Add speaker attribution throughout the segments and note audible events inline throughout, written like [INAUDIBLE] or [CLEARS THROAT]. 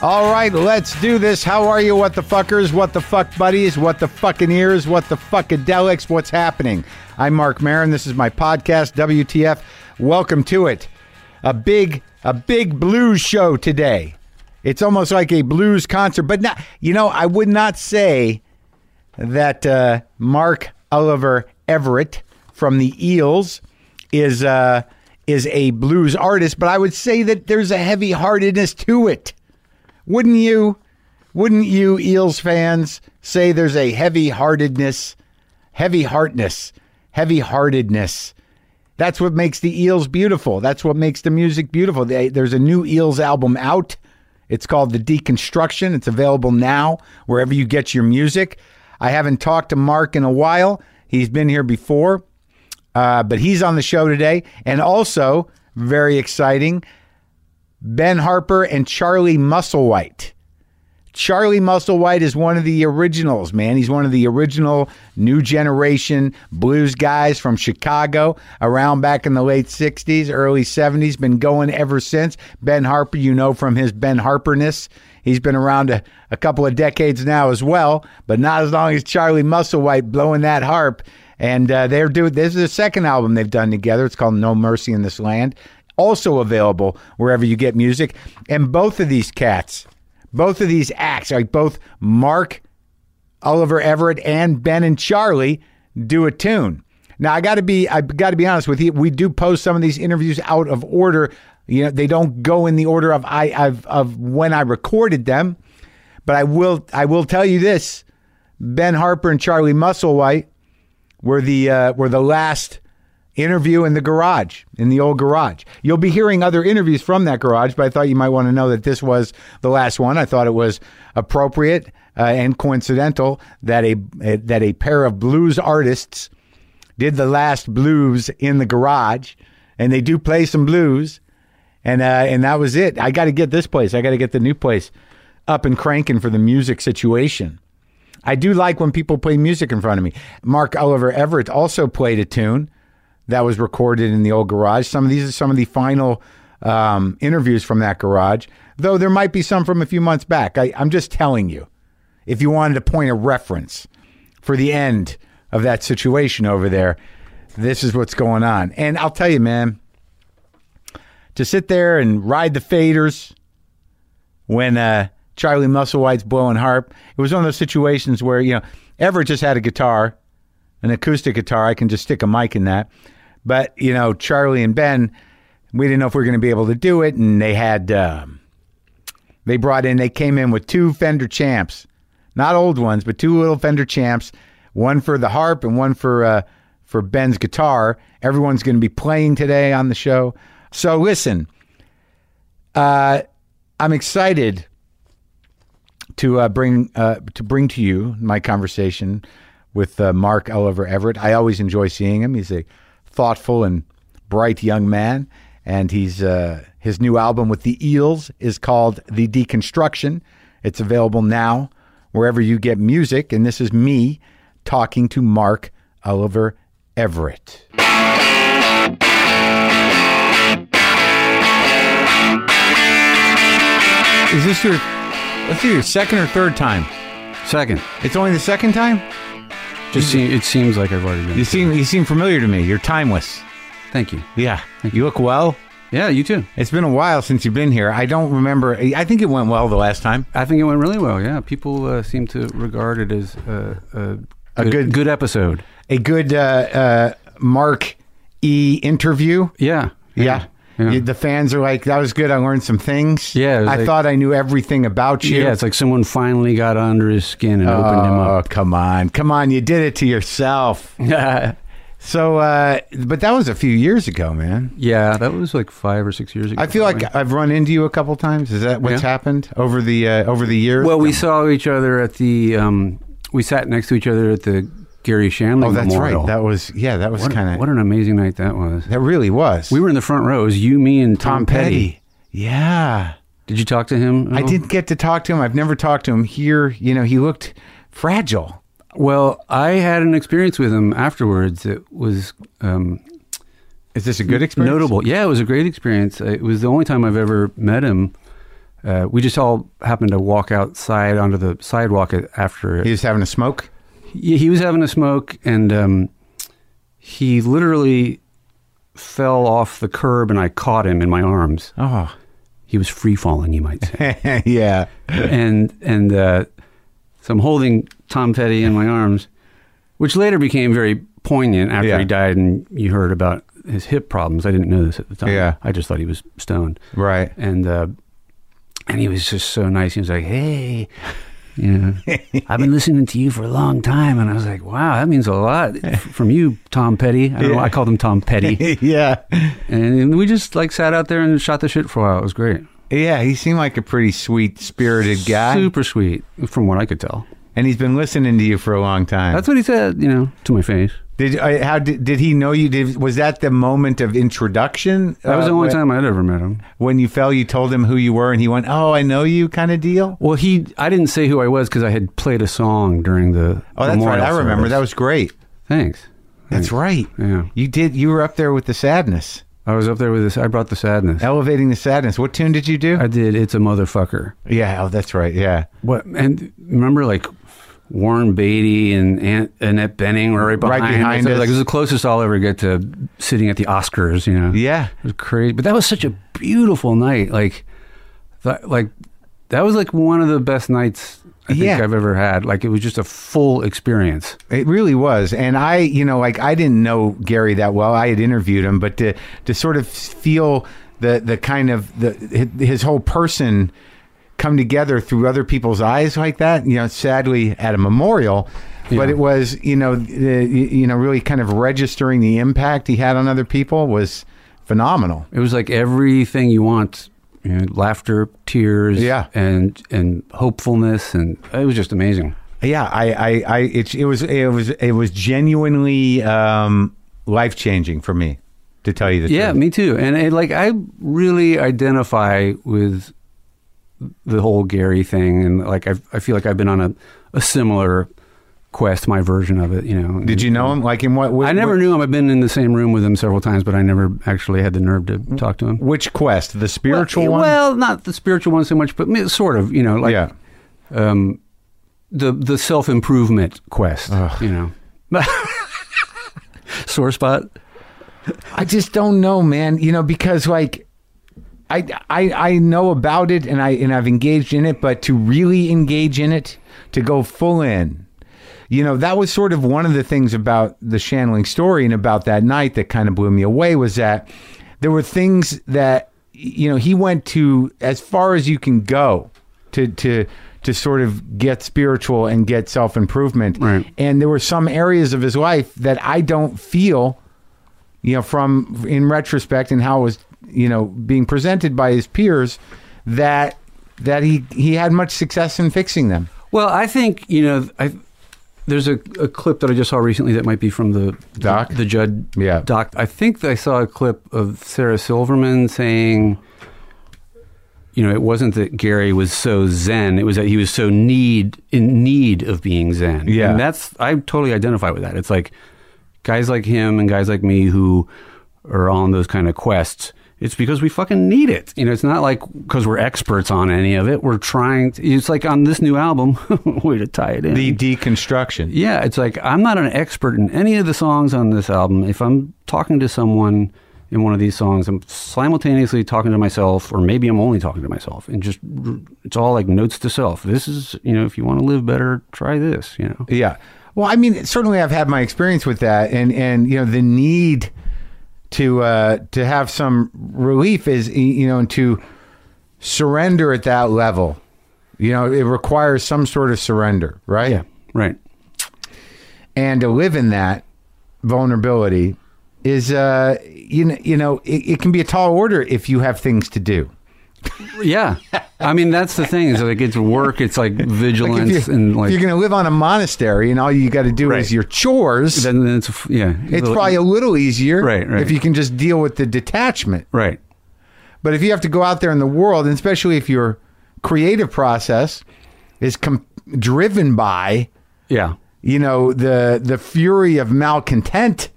Speaker 1: All right, let's do this. How are you, what the fuckers, what the fuck buddies, what the fucking ears, what the fuckadelics, what's happening? I'm Mark Marin. This is my podcast, WTF. Welcome to it. A big, a big blues show today. It's almost like a blues concert, but not, you know, I would not say that uh, Mark Oliver Everett from the Eels is uh, is a blues artist, but I would say that there's a heavy heartedness to it. Wouldn't you? Wouldn't you Eels fans say there's a heavy heartedness, heavy heartness, heavy heartedness? That's what makes the Eels beautiful. That's what makes the music beautiful. They, there's a new Eels album out. It's called The Deconstruction. It's available now wherever you get your music. I haven't talked to Mark in a while. He's been here before, uh, but he's on the show today. And also, very exciting, Ben Harper and Charlie Musselwhite. Charlie Musselwhite is one of the originals, man. He's one of the original new generation blues guys from Chicago around back in the late 60s, early 70s. Been going ever since. Ben Harper, you know from his Ben Harperness. He's been around a, a couple of decades now as well, but not as long as Charlie Musselwhite blowing that harp. And uh, they're doing this is the second album they've done together. It's called No Mercy in This Land. Also available wherever you get music. And both of these cats both of these acts, like both Mark, Oliver Everett, and Ben and Charlie, do a tune. Now I got to be I got to be honest with you. We do post some of these interviews out of order. You know they don't go in the order of I of, of when I recorded them, but I will I will tell you this: Ben Harper and Charlie Musselwhite were the uh, were the last interview in the garage, in the old garage. You'll be hearing other interviews from that garage, but I thought you might want to know that this was the last one. I thought it was appropriate uh, and coincidental that a uh, that a pair of blues artists did the last blues in the garage, and they do play some blues, and uh, and that was it. I got to get this place. I got to get the new place up and cranking for the music situation. I do like when people play music in front of me. Mark Oliver Everett also played a tune that was recorded in the old garage. Some of these are some of the final um, interviews from that garage, though there might be some from a few months back. I, I'm just telling you, if you wanted a point of reference for the end of that situation over there, this is what's going on. And I'll tell you, man, to sit there and ride the faders when uh, Charlie Musselwhite's blowing harp, it was one of those situations where, you know, Everett just had a guitar, an acoustic guitar. I can just stick a mic in that. But you know, Charlie and Ben, we didn't know if we were going to be able to do it, and they had um, they brought in they came in with two Fender Champs, not old ones, but two little Fender Champs, one for the harp and one for uh, for Ben's guitar. Everyone's going to be playing today on the show. So listen, uh, I'm excited to uh, bring uh, to bring to you my conversation with uh, Mark Oliver Everett. I always enjoy seeing him. He's a thoughtful and bright young man, and he's uh, his new album with the Eels is called The Deconstruction. It's available now wherever you get music, and this is me talking to Mark Oliver Everett. Is this your? Let's see, your second or third time.
Speaker 2: Second,
Speaker 1: It's only the second time.
Speaker 2: just see, it seems like I've already been.
Speaker 1: You seem you seem familiar to me. You're timeless.
Speaker 2: Thank you.
Speaker 1: Yeah, you look well.
Speaker 2: Yeah, you too.
Speaker 1: It's been a while since you've been here. I don't remember. I think it went well the last time.
Speaker 2: I think it went really well. Yeah, people uh, seem to regard it as uh,
Speaker 1: A good-
Speaker 2: good episode.
Speaker 1: A good uh, uh, Mark E interview.
Speaker 2: Yeah,
Speaker 1: Yeah.
Speaker 2: Yeah.
Speaker 1: You- The fans are like, that was good. I learned some things.
Speaker 2: Yeah, it was
Speaker 1: I
Speaker 2: like-
Speaker 1: thought I knew everything about you.
Speaker 2: yeah. It's like someone finally got under his skin and opened him
Speaker 1: oh,
Speaker 2: up.
Speaker 1: come on. Come on. You did it to yourself.
Speaker 2: Yeah,
Speaker 1: Oh. So, uh, but that was a few years ago, man.
Speaker 2: [LAUGHS] yeah. That was like five or six years ago.
Speaker 1: I feel like I've run into you a couple times. Is that what's
Speaker 2: Yeah.
Speaker 1: happened over the uh, over the years?
Speaker 2: Well, we saw each other at the. Um, we sat next to each other at the Gary Shanley.
Speaker 1: oh, that's
Speaker 2: Memorial.
Speaker 1: right. That was yeah. That was
Speaker 2: what,
Speaker 1: kind
Speaker 2: what
Speaker 1: of
Speaker 2: an amazing night that was.
Speaker 1: that really was.
Speaker 2: We were in the front rows. You, me, and
Speaker 1: Tom
Speaker 2: Tom,
Speaker 1: Petty. Yeah.
Speaker 2: Did you talk to him?
Speaker 1: I
Speaker 2: at all?
Speaker 1: didn't get to talk to him. I've never talked to him here. You know, he looked fragile.
Speaker 2: Well, I had an experience with him afterwards. It was um,
Speaker 1: Is this a good experience?
Speaker 2: notable. Yeah, it was a great experience. Uh, It was the only time I've ever met him, uh, we just all happened to walk outside onto the sidewalk a- after
Speaker 1: He was having a smoke.
Speaker 2: he, he was having a smoke and um, he literally fell off the curb and I caught him in my arms.
Speaker 1: Oh,
Speaker 2: He was free falling, you might say.
Speaker 1: [LAUGHS] yeah.
Speaker 2: and and uh, so I'm holding Tom Petty in my arms, which later became very poignant after
Speaker 1: Yeah.
Speaker 2: he died and you heard about his hip problems. I didn't know this at the time.
Speaker 1: Yeah.
Speaker 2: I just thought he was stoned.
Speaker 1: Right.
Speaker 2: And uh, and he was just so nice. He was like, "Hey, you
Speaker 1: [LAUGHS]
Speaker 2: know, I've been listening to you for a long time." And I was like, "Wow, that means a lot f- from you, Tom Petty." I don't know. why I called him
Speaker 1: [LAUGHS]
Speaker 2: Tom Petty.
Speaker 1: [LAUGHS] yeah.
Speaker 2: and we just like sat out there and shot the shit for a while. It was great.
Speaker 1: Yeah, he seemed like a pretty sweet spirited guy.
Speaker 2: Super sweet, from what I could tell.
Speaker 1: And he's been listening to you for a long time.
Speaker 2: That's what he said, you know, to my face.
Speaker 1: did uh, how did, did he know you? Did was that the moment of introduction?
Speaker 2: That was
Speaker 1: Uh,
Speaker 2: the only
Speaker 1: wh-
Speaker 2: time I'd ever met him.
Speaker 1: when you fell. You told him who you were, and he went, "Oh, I know you," kind of deal.
Speaker 2: Well, he, I didn't say who I was because I had played a song during the.
Speaker 1: Oh, that's
Speaker 2: memorial
Speaker 1: right. I remember.
Speaker 2: service.
Speaker 1: That was great.
Speaker 2: Thanks.
Speaker 1: That's right.
Speaker 2: Yeah.
Speaker 1: You did. You were up there with the sadness,
Speaker 2: I was up there with this. I brought the sadness.
Speaker 1: elevating the sadness. What tune did you do?
Speaker 2: I did. It's a motherfucker.
Speaker 1: yeah. Oh, that's right. Yeah.
Speaker 2: What? And remember, like Warren Beatty and Aunt Annette Benning were right
Speaker 1: Right
Speaker 2: behind,
Speaker 1: behind
Speaker 2: So,
Speaker 1: us.
Speaker 2: Like it was the closest I'll ever get to sitting at the Oscars. You know.
Speaker 1: Yeah.
Speaker 2: It was crazy, but that was such a beautiful night. Like, that, like that was like one of the best nights I think
Speaker 1: Yeah.
Speaker 2: I've ever had. Like, it was just a full experience.
Speaker 1: It really was. And I, you know, like I didn't know Gary that well. I had interviewed him, but to to sort of feel the the kind of the his whole person come together through other people's eyes like that, you know, sadly at a memorial, but
Speaker 2: Yeah.
Speaker 1: it was, you know, the, you know, really kind of registering the impact he had on other people was phenomenal.
Speaker 2: It was like everything you want. You know, laughter, tears,
Speaker 1: Yeah.
Speaker 2: and and hopefulness, and it was just amazing.
Speaker 1: Yeah, I, I, I it, it was, it was, it was genuinely um, life changing for me, to tell you the
Speaker 2: Yeah,
Speaker 1: truth.
Speaker 2: me too. And it, like I really identify with the whole Gary thing, and like I, I feel like I've been on a, a similar quest, my version of it. You know,
Speaker 1: Did you know him? Like in what?
Speaker 2: I never knew him. I've been in the same room with him several times, but I never actually had the nerve to talk to him.
Speaker 1: Which quest? The Mm. spiritual
Speaker 2: well,
Speaker 1: one?
Speaker 2: Well, not the spiritual one so much, but me- sort of. You know, like
Speaker 1: yeah.
Speaker 2: um, the the self improvement quest. You know,
Speaker 1: [LAUGHS]
Speaker 2: sore spot.
Speaker 1: I just don't know, man. You know, because like I, I I know about it and I and I've engaged in it, but to really engage in it, to go full in. You know, that was sort of one of the things about the Shanling story and about that night that kind of blew me away was that there were things that you know, he went to as far as you can go to to to sort of get spiritual and get self-improvement.
Speaker 2: Right.
Speaker 1: And there were some areas of his life that I don't feel you know, from in retrospect and how it was, you know, being presented by his peers that that he he had much success in fixing them.
Speaker 2: Well, I think you know. I, there's a, a clip that I just saw recently that might be from the
Speaker 1: Doc?
Speaker 2: the, Judd
Speaker 1: Yeah.
Speaker 2: doc. I think I saw a clip of Sarah Silverman saying, you know, it wasn't that Gary was so zen; it was that he was so need in need of being zen.
Speaker 1: Yeah.
Speaker 2: and that's I totally identify with that. It's like guys like him and guys like me who are on those kind of quests. It's because we fucking need it. You know, it's not like because we're experts on any of it. We're trying. To, it's like on this new album, [LAUGHS] way to tie it in.
Speaker 1: The deconstruction.
Speaker 2: Yeah, it's like I'm not an expert in any of the songs on this album. If I'm talking to someone in one of these songs, I'm simultaneously talking to myself, or maybe I'm only talking to myself, and just it's all like notes to self. This is, you know, if you want to live better, try this, you know.
Speaker 1: Yeah. Well, I mean, certainly I've had my experience with that, and and you know the need to uh, to have some relief is you know and to surrender at that level. You know, it requires some sort of surrender, right?
Speaker 2: Right.
Speaker 1: and to live in that vulnerability is uh you know you know it, it can be a tall order if you have things to do
Speaker 2: Yeah. I mean, that's the thing is like it's work, it's like
Speaker 1: [LAUGHS] Like,
Speaker 2: vigilance,
Speaker 1: if you-
Speaker 2: and
Speaker 1: if
Speaker 2: like
Speaker 1: you're gonna live on a monastery and all you got to do
Speaker 2: Right.
Speaker 1: is your chores
Speaker 2: then then it's yeah.
Speaker 1: it's probably a little easier
Speaker 2: Right, right.
Speaker 1: if you can just deal with the detachment
Speaker 2: right.
Speaker 1: but if you have to go out there in the world and especially if your creative process is com- driven by
Speaker 2: Yeah.
Speaker 1: you know the the fury of malcontent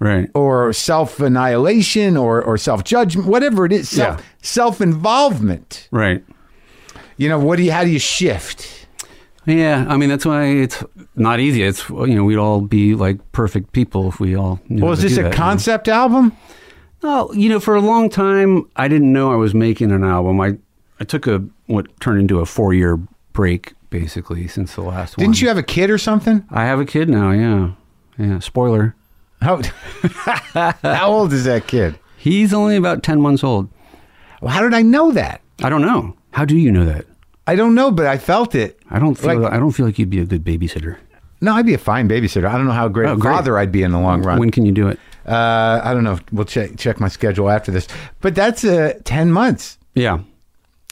Speaker 2: Right.
Speaker 1: or self annihilation or, or self judgment, whatever it is, self
Speaker 2: Yeah.
Speaker 1: self involvement.
Speaker 2: Right.
Speaker 1: you know, what do you, how do you shift?
Speaker 2: Yeah, I mean that's why it's not easy. It's you know we'd all be like perfect people if we all. knew
Speaker 1: Well,
Speaker 2: how
Speaker 1: is
Speaker 2: to
Speaker 1: this
Speaker 2: do
Speaker 1: a
Speaker 2: that, you know?
Speaker 1: concept album?
Speaker 2: Oh, you know, for a long time, I didn't know I was making an album. I, I took a what turned into a four year break basically since the last one.
Speaker 1: Didn't you have a kid or something?
Speaker 2: I have a kid now. Yeah, yeah. Spoiler:
Speaker 1: How, [LAUGHS] how old is that kid?
Speaker 2: he's only about ten months old.
Speaker 1: Well, how did I know that?
Speaker 2: I don't know. How do you know that?
Speaker 1: I don't know, but I felt it.
Speaker 2: I don't feel.
Speaker 1: Like-
Speaker 2: I don't feel like you'd be a good babysitter.
Speaker 1: No, I'd be a fine babysitter. I don't know how great
Speaker 2: Oh,
Speaker 1: a
Speaker 2: great.
Speaker 1: father I'd be in the long run.
Speaker 2: When can you do it?
Speaker 1: uh, I don't know. We'll check check my schedule after this. But that's uh, ten months.
Speaker 2: Yeah,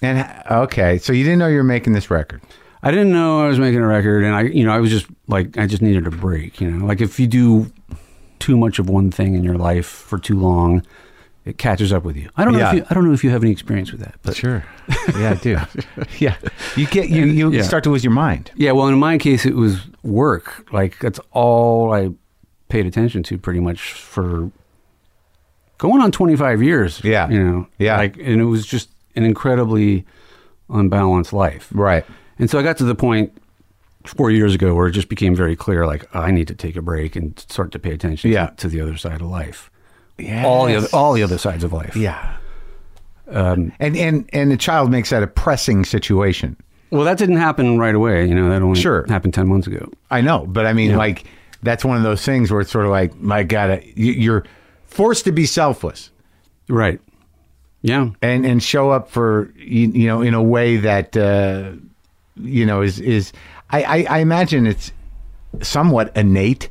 Speaker 1: And okay, so you didn't know you were making this record.
Speaker 2: I didn't know I was making a record, and I, you know, I was just like, I just needed a break. You know, like if you do too much of one thing in your life for too long, it catches up with you. I don't know.
Speaker 1: Yeah.
Speaker 2: If you, I don't know if you have any experience with that, but
Speaker 1: Sure. [LAUGHS] Yeah, I do. yeah, you get you you
Speaker 2: Yeah.
Speaker 1: start to lose your mind.
Speaker 2: yeah. Well, in my case, it was work. Like that's all I paid attention to, pretty much for going on twenty five years.
Speaker 1: Yeah.
Speaker 2: you know,
Speaker 1: Yeah.
Speaker 2: Like, and it was just an incredibly unbalanced life.
Speaker 1: Right.
Speaker 2: And so I got to the point four years ago where it just became very clear like I need to take a break and start to pay attention
Speaker 1: Yeah.
Speaker 2: to, to the other side of life.
Speaker 1: Yeah.
Speaker 2: All the other, all the other sides of life.
Speaker 1: Yeah. Um, and and and the child makes that a pressing situation.
Speaker 2: Well, that didn't happen right away. You know, that only
Speaker 1: Sure.
Speaker 2: happened ten months ago.
Speaker 1: I know, but I mean, like that's one of those things where it's sort of like, my God, I- you- you're forced to be selfless
Speaker 2: Right. Yeah.
Speaker 1: and and show up for you, you know in a way that uh, you know is is I, I, I imagine it's somewhat innate.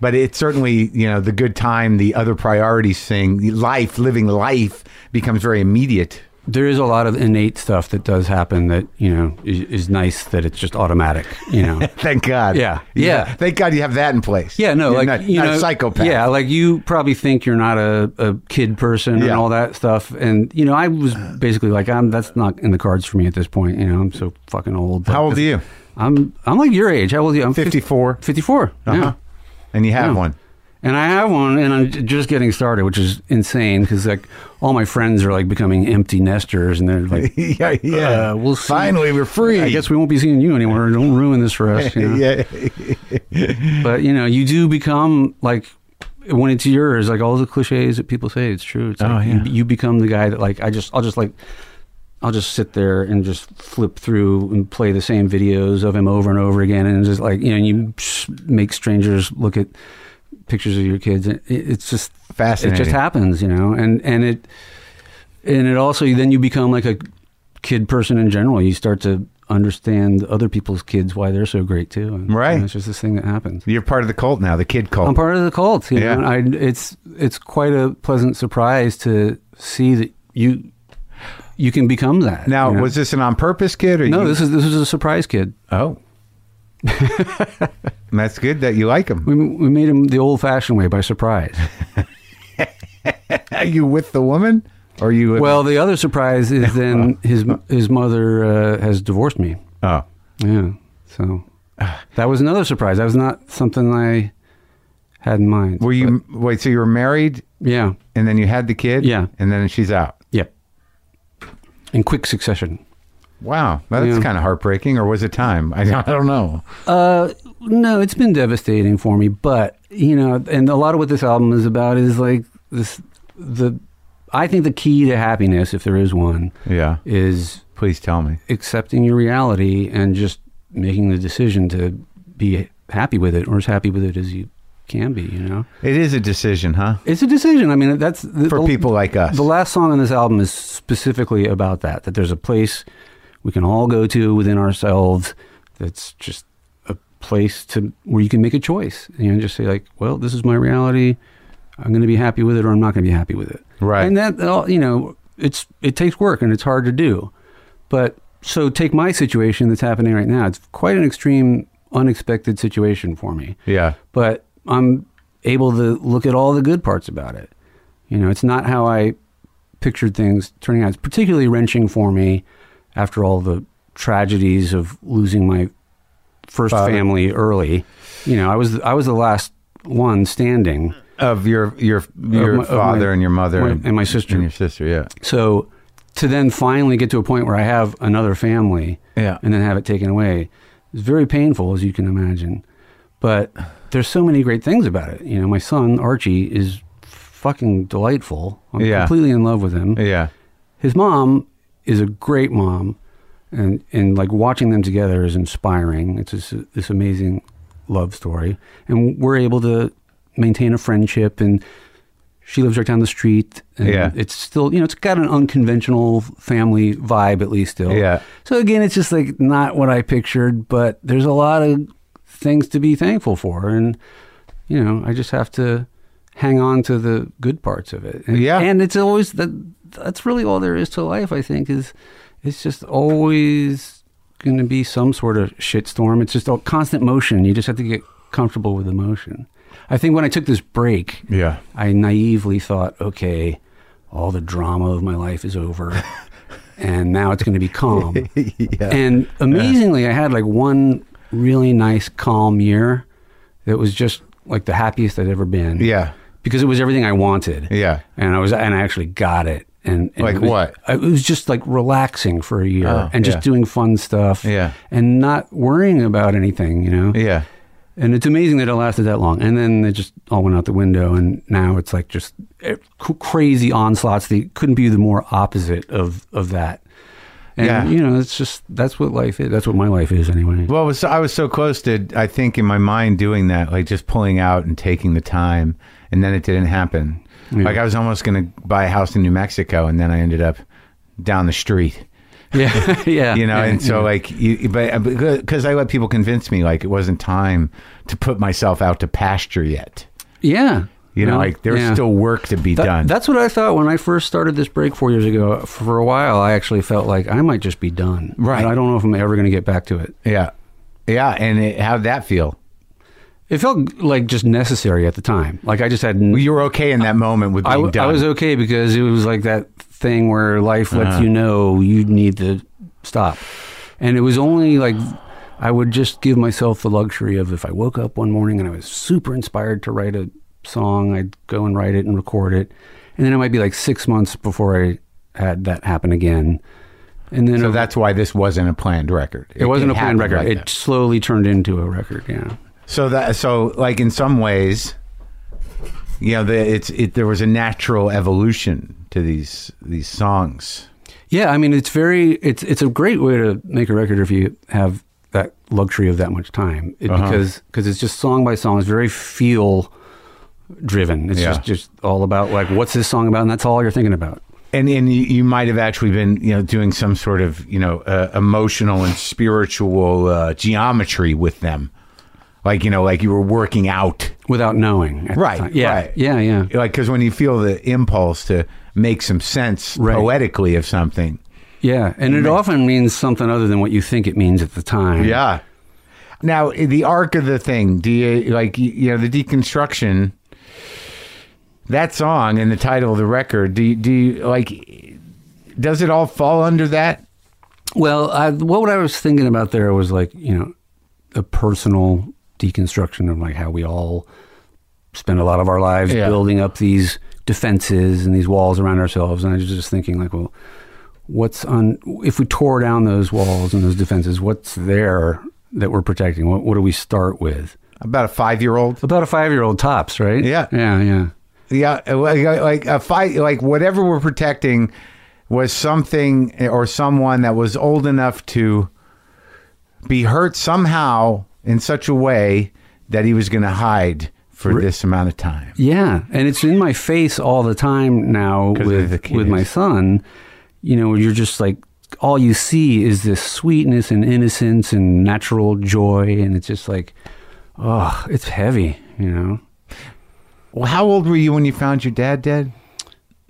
Speaker 1: But it's certainly, you know, the good time, the other priorities thing, life, living life becomes very immediate. [LAUGHS]
Speaker 2: There is a lot of innate stuff that does happen that, you know, is, is nice that it's just automatic,
Speaker 1: [LAUGHS]
Speaker 2: you know.
Speaker 1: Thank God.
Speaker 2: Yeah.
Speaker 1: You
Speaker 2: Yeah.
Speaker 1: know, Thank God you have that in place.
Speaker 2: Yeah, no,
Speaker 1: You're
Speaker 2: like
Speaker 1: not,
Speaker 2: you
Speaker 1: not
Speaker 2: know,
Speaker 1: a psychopath.
Speaker 2: Yeah, like you probably think you're not a, a kid person and
Speaker 1: Yeah. Uh.
Speaker 2: all that stuff. And you know, I was basically like, I'm that's not in the cards for me at this point. You know, I'm so fucking old.
Speaker 1: How old are you?
Speaker 2: I'm I'm like your age. How old are you? I'm
Speaker 1: 54.
Speaker 2: 54.
Speaker 1: Uh-huh.
Speaker 2: Yeah.
Speaker 1: And you have
Speaker 2: Yeah.
Speaker 1: one. [LAUGHS]
Speaker 2: And I have one, and I'm j- just getting started, which is insane because like all my friends are like becoming empty nesters, and they're
Speaker 1: [LAUGHS]
Speaker 2: like,
Speaker 1: yeah, yeah.
Speaker 2: Uh, we'll see.
Speaker 1: Finally, we're free.
Speaker 2: I guess we won't be seeing you anymore. Don't ruin this for us. You know?
Speaker 1: yeah.
Speaker 2: But you know, you do become like when it's yours, like all the cliches that people say, it's true. It's like
Speaker 1: Oh, yeah.
Speaker 2: you, you become the guy that like I just I'll just like I'll just sit there and just flip through and play the same videos of him over and over again, and just like you know, you s- make strangers look at pictures of your kids. It, it's just
Speaker 1: Fascinating.
Speaker 2: It just happens, you know, and and it and it also then you become like a kid person in general. You start to understand other people's kids why they're so great too. And, you
Speaker 1: Right.
Speaker 2: know, it's just this thing that happens.
Speaker 1: You're part of the cult now, the kid cult.
Speaker 2: I'm part of the cult. You
Speaker 1: Yeah.
Speaker 2: know? I, it's it's quite a pleasant surprise to see that you you can become that.
Speaker 1: now,
Speaker 2: you know?
Speaker 1: was this an on purpose kid or
Speaker 2: no,
Speaker 1: you-
Speaker 2: this is this is a surprise kid. [LAUGHS]
Speaker 1: Oh. That's good that you like him.
Speaker 2: We we made him the old-fashioned way
Speaker 1: [LAUGHS]
Speaker 2: by surprise.
Speaker 1: Are you with the woman? Or are you with
Speaker 2: well, the other surprise is then his his mother uh, has divorced me.
Speaker 1: Oh.
Speaker 2: Yeah,
Speaker 1: [SIGHS]
Speaker 2: so that was another surprise. That was not something I had in mind.
Speaker 1: Were you wait, so you were married
Speaker 2: Yeah,
Speaker 1: and then you had the kid?
Speaker 2: Yeah.
Speaker 1: And then she's out.
Speaker 2: yep. In quick succession.
Speaker 1: Wow. That's
Speaker 2: Yeah.
Speaker 1: kind of heartbreaking, or was it time? I, I don't know.
Speaker 2: Uh, no, it's been devastating for me, but you know, and a lot of what this album is about is like this the I think the key to happiness, if there is one,
Speaker 1: Yeah.
Speaker 2: is
Speaker 1: Please tell me.
Speaker 2: accepting your reality and just making the decision to be happy with it or as happy with it as you can be, you know.
Speaker 1: It is a decision, huh?
Speaker 2: It's a decision. I mean, that's the,
Speaker 1: For
Speaker 2: the-
Speaker 1: people like us.
Speaker 2: The last song on this album is specifically about that. That there's a place we can all go to within ourselves. That's just a place to where you can make a choice. You know, just say like, well, this is my reality. I'm going to be happy with it, or I'm not going to be happy with it.
Speaker 1: Right.
Speaker 2: And that, all- you know, it's it takes work and it's hard to do. But so take my situation that's happening right now. It's quite an extreme, unexpected situation for me
Speaker 1: Yeah.
Speaker 2: but I'm able to look at all the good parts about it. You know, it's not how I pictured things turning out. It's particularly wrenching for me after all the tragedies of losing my first
Speaker 1: Father.
Speaker 2: family early. You know, I was I was the last one standing.
Speaker 1: Of your your your
Speaker 2: my- of my-
Speaker 1: father and your mother
Speaker 2: my- and my sister.
Speaker 1: and your sister, yeah.
Speaker 2: So to then finally get to a point where I have another family
Speaker 3: Yeah.
Speaker 2: and then have it taken away is very painful, as you can imagine. But there's so many great things about it. You know, my son, Archie, is fucking delightful. I'm
Speaker 1: Yeah.
Speaker 2: completely in love with him.
Speaker 1: Yeah.
Speaker 2: His mom is a great mom. And, and like watching them together is inspiring. It's this, this amazing love story. And we're able to maintain a friendship. And she lives right down the street. And
Speaker 1: Yeah.
Speaker 2: It's still, you know, it's got an unconventional family vibe, at least still.
Speaker 1: Yeah.
Speaker 2: So again, it's just like not what I pictured, but there's a lot of things to be thankful for, and you know, I just have to hang on to the good parts of it. And,
Speaker 1: Yeah.
Speaker 2: and it's always that. That's really all there is to life. I think is it's just always going to be some sort of shitstorm. It's just all constant motion. You just have to get comfortable with the motion. I think when I took this break,
Speaker 1: Yeah.
Speaker 2: I naively thought, okay, all the drama of my life is over.
Speaker 1: [LAUGHS]
Speaker 2: And now it's going to be calm. And amazingly, I had like one really nice, calm year that was just like the happiest I'd ever been.
Speaker 1: Yeah.
Speaker 2: Because it was everything I wanted.
Speaker 1: Yeah.
Speaker 2: And I was, and I actually got it. And, and
Speaker 1: Like
Speaker 2: it was-
Speaker 1: what?
Speaker 2: It was just like relaxing for a year
Speaker 1: Oh,
Speaker 2: and just
Speaker 1: yeah.
Speaker 2: doing fun stuff.
Speaker 1: Yeah.
Speaker 2: And not worrying about anything, you know?
Speaker 1: Yeah.
Speaker 2: And it's amazing that it lasted that long. And then it just all went out the window. And now it's like just eh, c- crazy onslaughts. They couldn't be the more opposite of, of that. And,
Speaker 1: Yeah.
Speaker 2: you know, it's just, that's what life is. That's what my life is anyway.
Speaker 1: Well, it was, I was so close to, I think, in my mind doing that, like just pulling out and taking the time, and then it didn't happen. Like I was almost going to buy a house in New Mexico, and then I ended up down the street,
Speaker 2: [LAUGHS] Yeah.
Speaker 1: [LAUGHS]
Speaker 2: yeah.
Speaker 1: you know.
Speaker 2: Ah, Yeah.
Speaker 1: and so, like, you, but because I let people convince me, like, it wasn't time to put myself out to pasture yet.
Speaker 2: yeah.
Speaker 1: You know,
Speaker 2: Yeah.
Speaker 1: like there's
Speaker 2: Yeah.
Speaker 1: still work to be
Speaker 2: That-
Speaker 1: done.
Speaker 2: That's what I thought when I first started this break four years ago. For a while, I actually felt like I might just be done.
Speaker 1: Right.
Speaker 2: And I don't know if I'm ever going to get back to it.
Speaker 1: yeah, yeah. And it, how'd that feel?
Speaker 2: It felt like just necessary at the time. Like I just had n-
Speaker 1: Well, you were okay in that moment with
Speaker 2: I,
Speaker 1: being
Speaker 2: w-
Speaker 1: done. Uh-huh.
Speaker 2: I was okay because it was like that thing where life lets you know you need to stop. And it was only like I would just give myself the luxury of if I woke up one morning and I was super inspired to write a song, I'd go and write it and record it. And then it might be like six months before I had that happen again. And then
Speaker 1: so
Speaker 2: it,
Speaker 1: that's why this wasn't a planned record.
Speaker 2: it wasn't a planned
Speaker 1: happened
Speaker 2: record.
Speaker 1: like
Speaker 2: it
Speaker 1: that.
Speaker 2: slowly turned into a record. Yeah.
Speaker 1: So that so like in some ways, you know, the, it's it there was a natural evolution to these these songs.
Speaker 2: Yeah, I mean it's very it's it's a great way to make a record if you have that luxury of that much time
Speaker 1: Uh-huh.
Speaker 2: it, because because it's just song by song. It's very feel driven. It's
Speaker 1: Yeah.
Speaker 2: just just all about like what's this song about, and that's all you're thinking about.
Speaker 1: And and you, you might have actually been you know doing some sort of you know uh, emotional and spiritual uh, geometry with them, like you know like you were working out
Speaker 2: Without knowing, at the
Speaker 1: Right,
Speaker 2: time. Yeah.
Speaker 1: right.
Speaker 2: Yeah. Yeah.
Speaker 1: like because when you feel the impulse to make some sense
Speaker 2: Right.
Speaker 1: poetically of something,
Speaker 2: Yeah. And it often means something other than what you think it means at the time.
Speaker 1: Yeah. Now the arc of the thing. Do you like you you know the deconstruction? That song and the title of the record. Do you, do you like? Does it all fall under that?
Speaker 2: Well, I, what I was thinking about there was like you know a personal deconstruction of like how we all spend a lot of our lives
Speaker 1: Yeah.
Speaker 2: building up these defenses and these walls around ourselves, and I was just thinking like, well, what's on if we tore down those walls and those defenses, what's there that we're protecting? What, what do we start with?
Speaker 1: About a five year old.
Speaker 2: About a five year old tops, right?
Speaker 1: Yeah.
Speaker 2: yeah, yeah.
Speaker 1: Yeah, like, like a fight. Like whatever we're protecting was something or someone that was old enough to be hurt somehow in such a way that he was going to hide for this amount of time.
Speaker 2: Yeah, and it's in my face all the time now
Speaker 1: 'Cause of the
Speaker 2: with
Speaker 1: kids.
Speaker 2: with my son. You know, you're just like all you see is this sweetness and innocence and natural joy, and it's just like, oh, it's heavy. You know,
Speaker 1: Well, how old were you when you found your dad dead?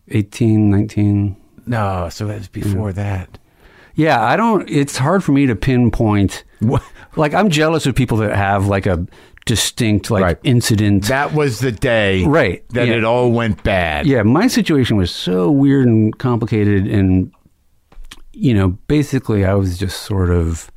Speaker 2: 18, 19.
Speaker 1: No, so that was before that.
Speaker 2: Yeah, I don't. It's hard for me to pinpoint.
Speaker 1: What?
Speaker 2: Like, I'm jealous of people that have like a distinct like
Speaker 1: Right.
Speaker 2: incident.
Speaker 1: That was the day,
Speaker 2: Right,
Speaker 1: That
Speaker 2: yeah.
Speaker 1: it all went bad.
Speaker 2: Yeah, my situation was so weird and complicated, and you know, basically, I was just sort of,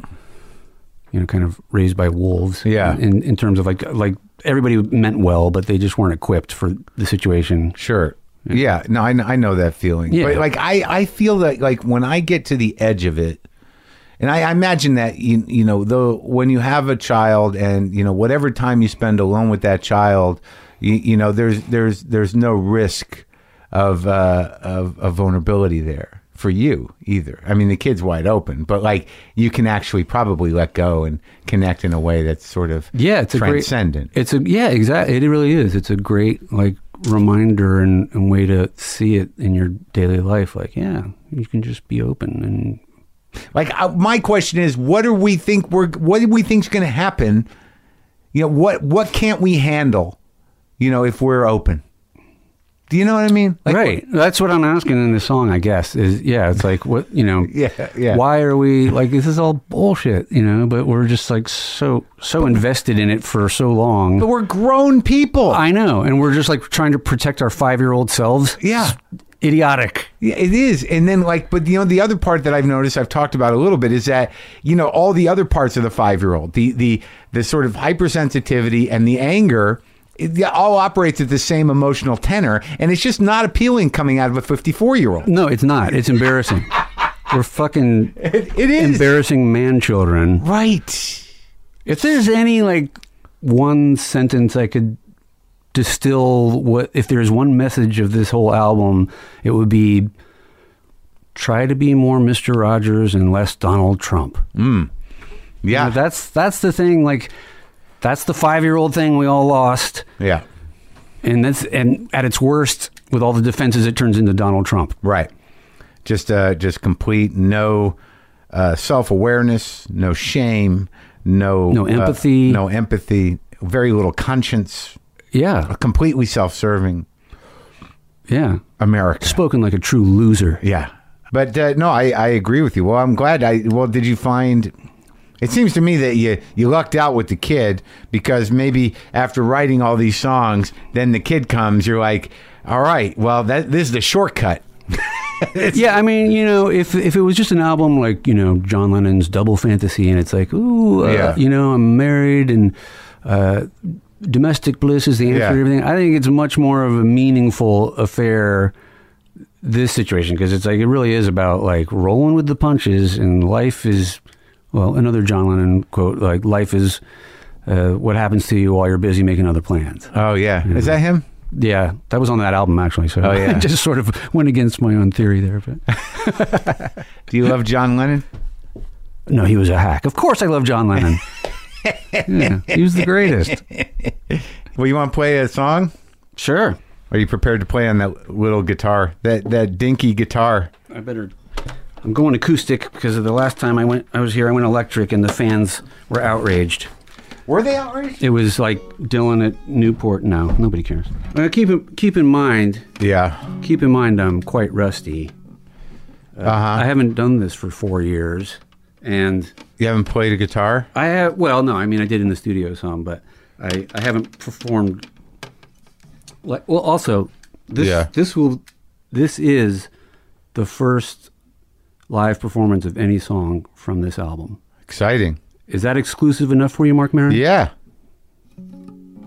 Speaker 2: you know, kind of raised by wolves.
Speaker 1: Yeah.
Speaker 2: In in terms of like like everybody meant well, but they just weren't equipped for the situation.
Speaker 1: sure. Yeah, no, I, kn- I know that feeling.
Speaker 2: Yeah.
Speaker 1: But like I, I feel that like when I get to the edge of it, and I, I imagine that you you know the when you have a child and you know whatever time you spend alone with that child, you, you know there's there's there's no risk of uh, of, of vulnerability there for you either. I mean the kid's wide open, but like you can actually probably let go and connect in a way that's sort of
Speaker 2: Yeah, it's a great-
Speaker 1: transcendent.
Speaker 2: It's a yeah, exactly. It really is. It's a great like reminder and, and way to see it in your daily life. Like, yeah, you can just be open and
Speaker 1: Like I, my question is, what do we think we're? What do we think's going to happen? You know what? What can't we handle? You know, if we're open. Do you know what I mean? Like,
Speaker 2: right. That's what I'm asking in this song, I guess. Is yeah, it's like what you know.
Speaker 1: [LAUGHS] Yeah, yeah.
Speaker 2: Why are we like this is all bullshit, you know? But we're just like so so invested in it for so long.
Speaker 1: But we're grown people.
Speaker 2: I know, and we're just like trying to protect our five year old selves.
Speaker 1: Yeah.
Speaker 2: It's idiotic.
Speaker 1: Yeah, it is. And then, like, but you know, the other part that I've noticed, I've talked about a little bit, is that you know all the other parts of the five year old, the the the sort of hypersensitivity and the anger. It yeah, all operates at the same emotional tenor, and it's just not appealing coming out of a 54 year old.
Speaker 2: No, it's not. It's embarrassing. we're fucking
Speaker 1: [LAUGHS] It, it is.
Speaker 2: embarrassing man children.
Speaker 1: right.
Speaker 2: If there's any like one sentence I could distill what if there's one message of this whole album, it would be try to be more Mr. Rogers and less Donald Trump.
Speaker 1: Yeah.
Speaker 2: You know, that's that's the thing like that's the 5-year-old thing we all lost
Speaker 1: yeah.
Speaker 2: and that's and at its worst with all the defenses it turns into Donald Trump.
Speaker 1: Right. Just uh just complete no uh self-awareness, no shame, no
Speaker 2: No
Speaker 1: uh,
Speaker 2: empathy.
Speaker 1: no empathy, very little conscience,
Speaker 2: Yeah.
Speaker 1: completely self-serving
Speaker 2: Yeah.
Speaker 1: America.
Speaker 2: Spoken like a true loser.
Speaker 1: yeah. But uh, no, I I agree with you. Well, I'm glad I well, did you find it seems to me that you, you lucked out with the kid because maybe after writing all these songs, then the kid comes, you're like, all right, well, that this is the shortcut.
Speaker 2: Yeah, I mean, you know, if if it was just an album like you know John Lennon's Double Fantasy, and it's like, ooh, uh,
Speaker 1: Yeah.
Speaker 2: you know, I'm married and uh, domestic bliss is the answer
Speaker 1: Yeah.
Speaker 2: to everything. I think it's much more of a meaningful affair. This situation because it's like it really is about like rolling with the punches, and life is, well, another John Lennon quote like life is. Uh, what happens to you while you're busy making other plans?
Speaker 1: Oh yeah. Is that him?
Speaker 2: Yeah, that was on that album actually. So
Speaker 1: Oh, yeah.
Speaker 2: [LAUGHS] I just sort of went against my own theory there, but
Speaker 1: Do you love John Lennon?
Speaker 2: No, he was a hack. Of course, I love John Lennon. yeah, he was the greatest.
Speaker 1: Well, you want to play a song?
Speaker 2: Sure.
Speaker 1: Are you prepared to play on that little guitar, that that dinky guitar?
Speaker 2: I better. I'm going acoustic because of the last time I went. I was here. I went electric, and the fans were outraged.
Speaker 1: Were they outraged?
Speaker 2: It was like Dylan at Newport. No, nobody cares. Uh, keep in- keep in mind.
Speaker 1: Yeah.
Speaker 2: Keep in mind, I'm quite rusty.
Speaker 1: Uh huh.
Speaker 2: I haven't done this for four years, and
Speaker 1: You haven't played a guitar?
Speaker 2: I have. Well, no, I mean I did in the studio some, but I I haven't performed. Like, well, also this
Speaker 1: Yeah.
Speaker 2: this will this is the first live performance of any song from this album.
Speaker 1: Exciting.
Speaker 2: Is that exclusive enough for you, Mark Maron?
Speaker 1: Yeah.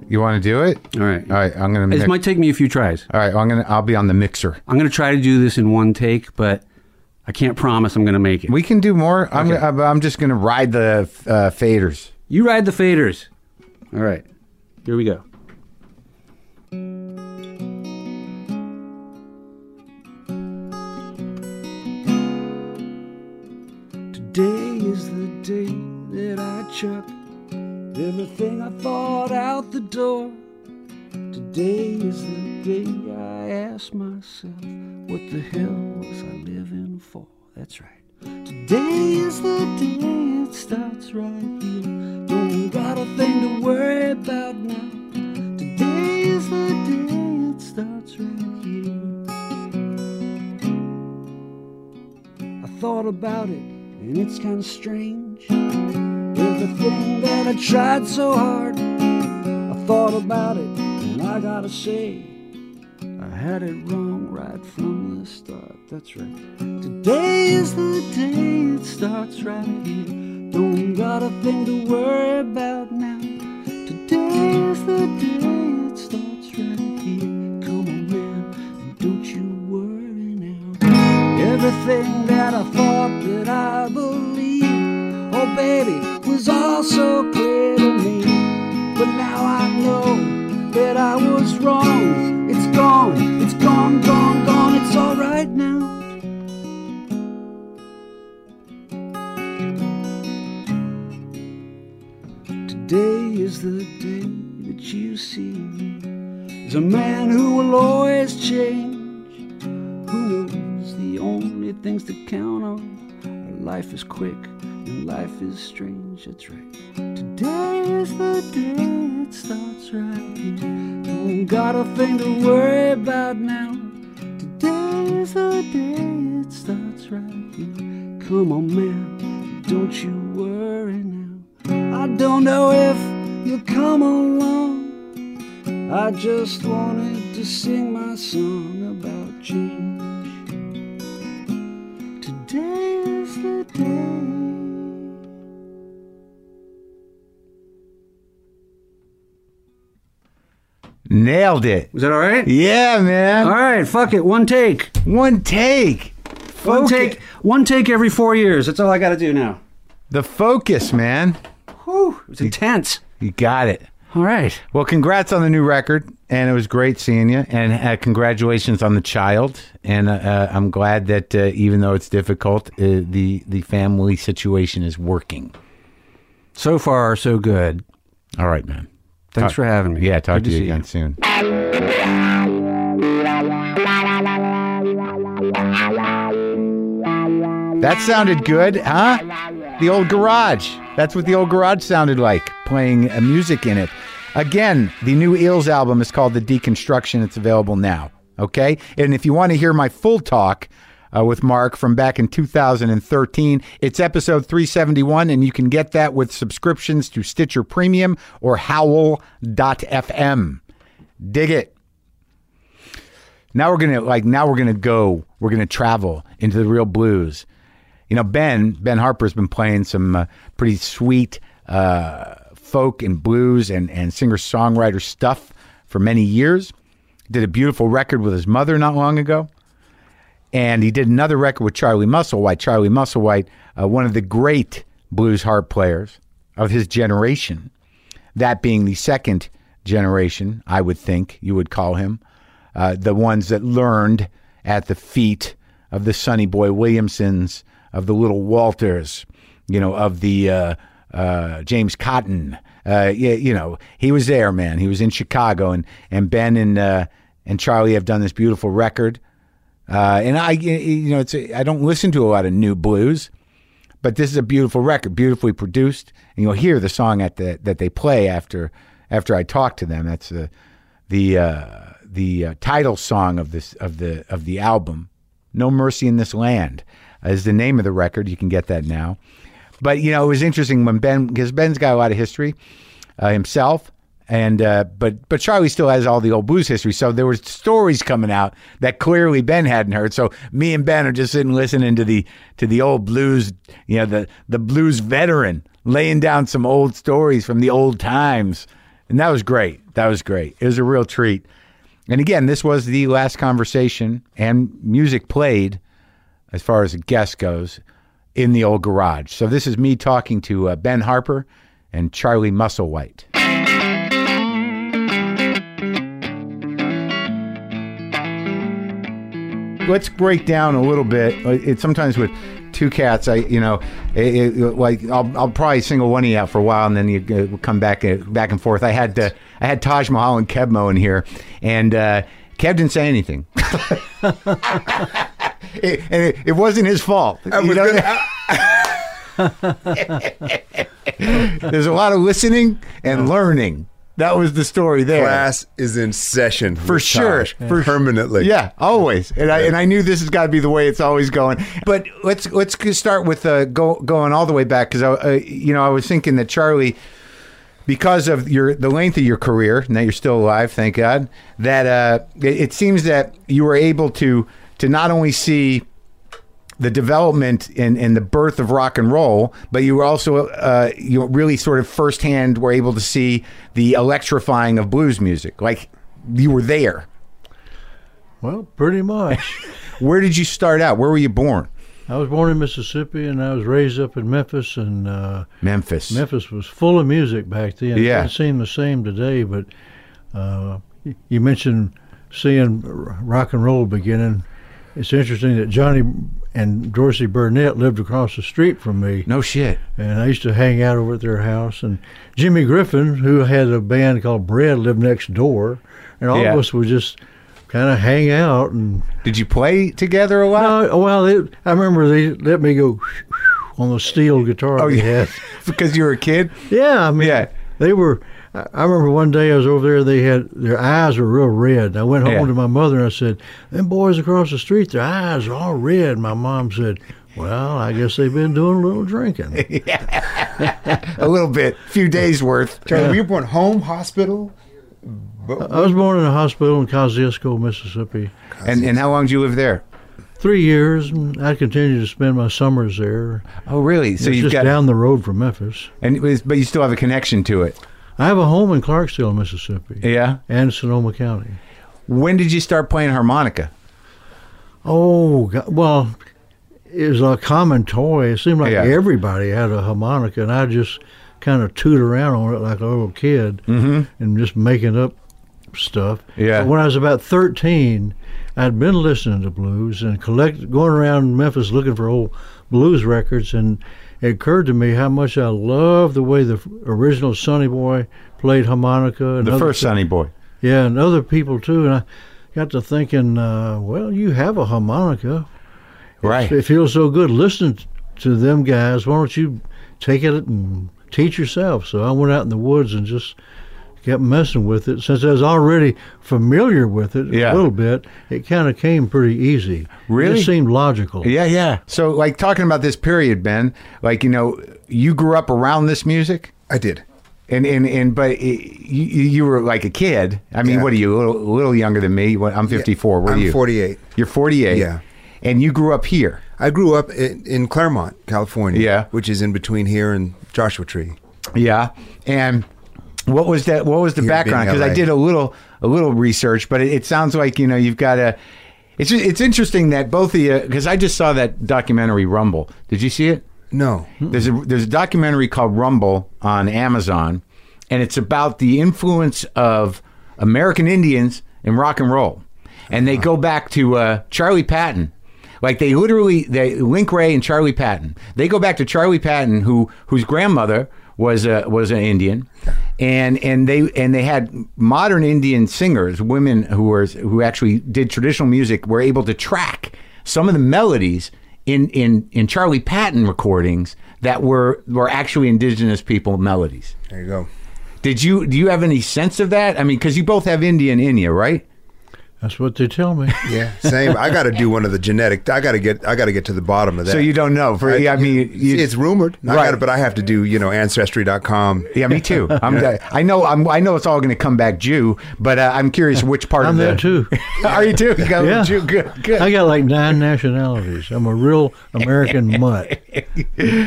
Speaker 1: You want to do it?
Speaker 2: All right.
Speaker 1: All right. I'm gonna.
Speaker 2: This
Speaker 1: Mix.
Speaker 2: might take me a few tries.
Speaker 1: All right. I'm gonna. I'll be on the mixer.
Speaker 2: I'm going to try to do this in one take, but I can't promise I'm going to make it.
Speaker 1: We can do more. I'm. Gonna, I'm just gonna ride the uh, faders.
Speaker 2: You ride the faders. All right. Here we go. Today is the day that I chucked everything I thought out the door. Today is the day I asked myself, what the hell was I living for? That's right. Today is the day it starts right here. Don't got a thing to worry about now. Today is the day it starts right here. I thought about it, and it's kind of strange. Everything that I tried so hard. I thought about it, and I gotta say, I had it wrong right from the start. That's right. Today is the day it starts right here. Don't got a thing to worry about now. Today is the day it starts right here. Come on, man, and don't everything that I thought that I believed. Oh, baby, was all so clear to me. But now I know that I was wrong. It's gone, it's gone, gone, gone. It's all right now. Today is the day that you see me as a man who will always change. Who knows the only things to count on? Our life is quick and life is strange. That's right. Today is the day it starts right here. Don't got a thing to worry about now. Today is the day it starts right here. Come on, man, don't you worry now. I don't know if you'll come along. I just wanted to sing my song about change. Today is the day.
Speaker 1: Nailed it.
Speaker 4: Was that all right?
Speaker 1: Yeah, man.
Speaker 4: All right, fuck it. One take.
Speaker 1: One take.
Speaker 4: One
Speaker 1: Focus-
Speaker 4: take. One take every four years. That's all I got to do now.
Speaker 1: The focus, man.
Speaker 4: Whew, it's intense.
Speaker 1: You got it.
Speaker 4: All right.
Speaker 1: Well, congrats on the new record, and it was great seeing you. And uh, congratulations on the child. And uh, uh, I'm glad that uh, even though it's difficult, uh, the the family situation is working.
Speaker 4: So far, so good.
Speaker 1: All right, man.
Speaker 4: Thanks
Speaker 1: Talk-
Speaker 4: for having me.
Speaker 1: Yeah, talk
Speaker 4: Good
Speaker 1: to you
Speaker 4: see
Speaker 1: again soon. That sounded good, huh? The old garage. That's what the old garage sounded like, playing uh, music in it. Again, the new Eels album is called The Deconstruction. It's available now. Okay? And if you want to hear my full talk uh, with Mark from back in 2013, it's episode 371, and you can get that with subscriptions to Stitcher Premium or howl.fm. Dig it. Now we're gonna like now we're gonna go. We're gonna travel into the real blues. You know, Ben Ben Harper's been playing some uh, pretty sweet uh, folk and blues and and singer songwriter stuff for many years. Did a beautiful record with his mother not long ago, and he did another record with Charlie Musselwhite. Charlie Musselwhite, uh, one of the great blues harp players of his generation that being the second generation, I would think you would call him, uh, the ones that learned at the feet of the Sonny Boy Williamsons, of the Little Walters, you know, of the uh, uh, James Cotton. Uh, yeah, you know, he was there, man. He was in Chicago, and and Ben and uh, and Charlie have done this beautiful record. Uh, and I, you know, it's a, I don't listen to a lot of new blues but this is a beautiful record, beautifully produced, and you'll hear the song at the that they play after after I talk to them. That's the the uh, the uh, title song of this of the of the album. No mercy in this land is the name of the record. You can get that now. But you know, it was interesting when Ben because Ben's got a lot of history uh, himself. And uh, but but Charlie still has all the old blues history, so there were stories coming out that clearly Ben hadn't heard. So me and Ben are just sitting listening to the to the old blues, you know, the the blues veteran laying down some old stories from the old times, and that was great. That was great. It was a real treat. And again, this was the last conversation and music played as far as a guest goes, in the old garage. So this is me talking to uh, Ben Harper and Charlie Musselwhite. Let's break down a little bit. Uh, It, sometimes with two cats, I you know, it, it, like I'll, I'll probably single one of you out for a while, and then you uh, come back uh, back and forth. I had uh, I had Taj Mahal and Kebmo in here, and uh, Kev didn't say anything. it, and it, it wasn't his fault. You know? [LAUGHS] There's a lot of listening and learning. That was the story there.
Speaker 5: Class is in session
Speaker 1: For
Speaker 5: with
Speaker 1: sure,
Speaker 5: Taj,
Speaker 1: for sure.
Speaker 5: permanently.
Speaker 1: Yeah, always. And I and I knew this has got to be the way it's always going. But let's let's g- start with uh, go, going all the way back because I uh, you know I was thinking that Charlie, because of your the length of your career, now you're still alive, thank God. That uh, it, it seems that you were able to to not only see the development and, and the birth of rock and roll, but you were also uh, you really sort of firsthand were able to see the electrifying of blues music. Like you were there. [LAUGHS]
Speaker 6: Well, pretty much.
Speaker 1: Where did you start out? Where were you born?
Speaker 6: I was born in Mississippi and I was raised up in Memphis, and uh,
Speaker 1: Memphis.
Speaker 6: Memphis was full of music back then.
Speaker 1: Yeah.
Speaker 6: It doesn't seem the same today, but uh, y- you mentioned seeing r- rock and roll beginning. It's interesting that Johnny and Dorsey Burnett lived across the street from me,
Speaker 1: No shit.
Speaker 6: and I used to hang out over at their house. And Jimmy Griffin, who had a band called Bread, lived next door, and all
Speaker 1: Yeah.
Speaker 6: of us would just kind of hang out and
Speaker 1: Did you play together a lot?
Speaker 6: no, well, it, I remember they let me go on the steel guitar.
Speaker 1: Oh,
Speaker 6: they
Speaker 1: yeah.
Speaker 6: had.
Speaker 1: [LAUGHS] because you were a kid?
Speaker 6: yeah. I mean,
Speaker 1: Yeah.
Speaker 6: they were. I I remember one day I was over there. They had their eyes were real red. And I went home
Speaker 1: Yeah.
Speaker 6: to my mother and I said, "Them boys across the street, their eyes are all red." My mom said, "Well, I guess they've been doing a little drinking."
Speaker 1: [LAUGHS] A little bit, few days worth.
Speaker 5: Charlie, were you born home hospital?
Speaker 6: I was born in a hospital in Kosciuszko, Mississippi,
Speaker 1: And and how long did you live there?
Speaker 6: three years, and I continued to spend my summers there.
Speaker 1: Oh, really? So
Speaker 6: it's
Speaker 1: you've
Speaker 6: just
Speaker 1: got
Speaker 6: down the road from Memphis.
Speaker 1: and it was- but you still have a connection to it.
Speaker 6: I have a home in Clarksville, Mississippi,
Speaker 1: Yeah.
Speaker 6: and Sonoma County.
Speaker 1: When did you start playing harmonica?
Speaker 6: Oh, God. well, it was a common toy. It seemed like
Speaker 1: Yeah.
Speaker 6: everybody had a harmonica, and I just kind of toot around on it like a little kid and just making up stuff.
Speaker 1: Mm-hmm. Yeah.
Speaker 6: But when I was about 13, I'd been listening to blues and collect going around Memphis looking for old blues records, and it occurred to me how much I loved the way the f- original Sonny Boy played harmonica. And
Speaker 1: The
Speaker 6: other
Speaker 1: first Sonny Boy.
Speaker 6: yeah, and other people too. And I got to thinking, uh, well, you have a harmonica.
Speaker 1: Right.
Speaker 6: It feels so good listening t- to them guys. Why don't you take it and teach yourself? So I went out in the woods and just kept messing with it. Since I was already familiar with it
Speaker 1: Yeah.
Speaker 6: a little bit, it kind of came pretty easy. It
Speaker 1: Really?
Speaker 6: just seemed logical.
Speaker 1: Yeah, yeah. So like talking about this period, Ben, like you know, you grew up around this music?
Speaker 5: I did.
Speaker 1: And and and but it, you, you were like a kid. I mean,
Speaker 5: Yeah.
Speaker 1: what are you? A little, a little younger than me. What- I'm 54. What are
Speaker 5: I'm
Speaker 1: you?
Speaker 5: 48.
Speaker 1: You're 48.
Speaker 5: Yeah.
Speaker 1: And you grew up here.
Speaker 5: I grew up in, in Claremont, California.
Speaker 1: Yeah.
Speaker 5: Which is in between here and Joshua Tree.
Speaker 1: Yeah. And what was that? What was the
Speaker 5: Here being
Speaker 1: background? Because I
Speaker 5: LA.
Speaker 1: did a little a little research, but it, it sounds like you know you've got a. It's ju- it's interesting that both of you because I just saw that documentary Rumble. Did you see it?
Speaker 5: No.
Speaker 1: Hmm. There's a there's a documentary called Rumble on Amazon, and it's about the influence of American Indians in rock and roll, and they go back to uh, Charlie Patton. Like they literally, they Link Ray and Charlie Patton. They go back to Charlie Patton, who whose grandmother was a was an Indian, and and they and they had modern Indian singers, women who were who actually did traditional music, were able to track some of the melodies in in in Charlie Patton recordings that were were actually indigenous people melodies.
Speaker 5: There you go.
Speaker 1: Did you do you have any sense of that? I mean, because you both have Indian in you, right?
Speaker 6: That's what they tell me.
Speaker 5: Yeah. Same. I got to do one of the genetic. I got to get. I got to get to the bottom of that.
Speaker 1: So you don't know. For yeah, I mean, you,
Speaker 5: it's rumored. I
Speaker 1: Right.
Speaker 5: gotta, but I have to do. You know, ancestry.com.
Speaker 1: yeah, me
Speaker 5: [LAUGHS]
Speaker 1: too. I'm, I know. I'm, I know it's all going to come back Jew, but uh, I'm curious which part.
Speaker 6: I'm
Speaker 1: of
Speaker 6: there
Speaker 1: the-
Speaker 6: too.
Speaker 1: [LAUGHS] Are you too? You got a little
Speaker 6: Yeah.
Speaker 1: Jew. Good. [LAUGHS] Good.
Speaker 6: I got like nine nationalities. I'm a real American mutt.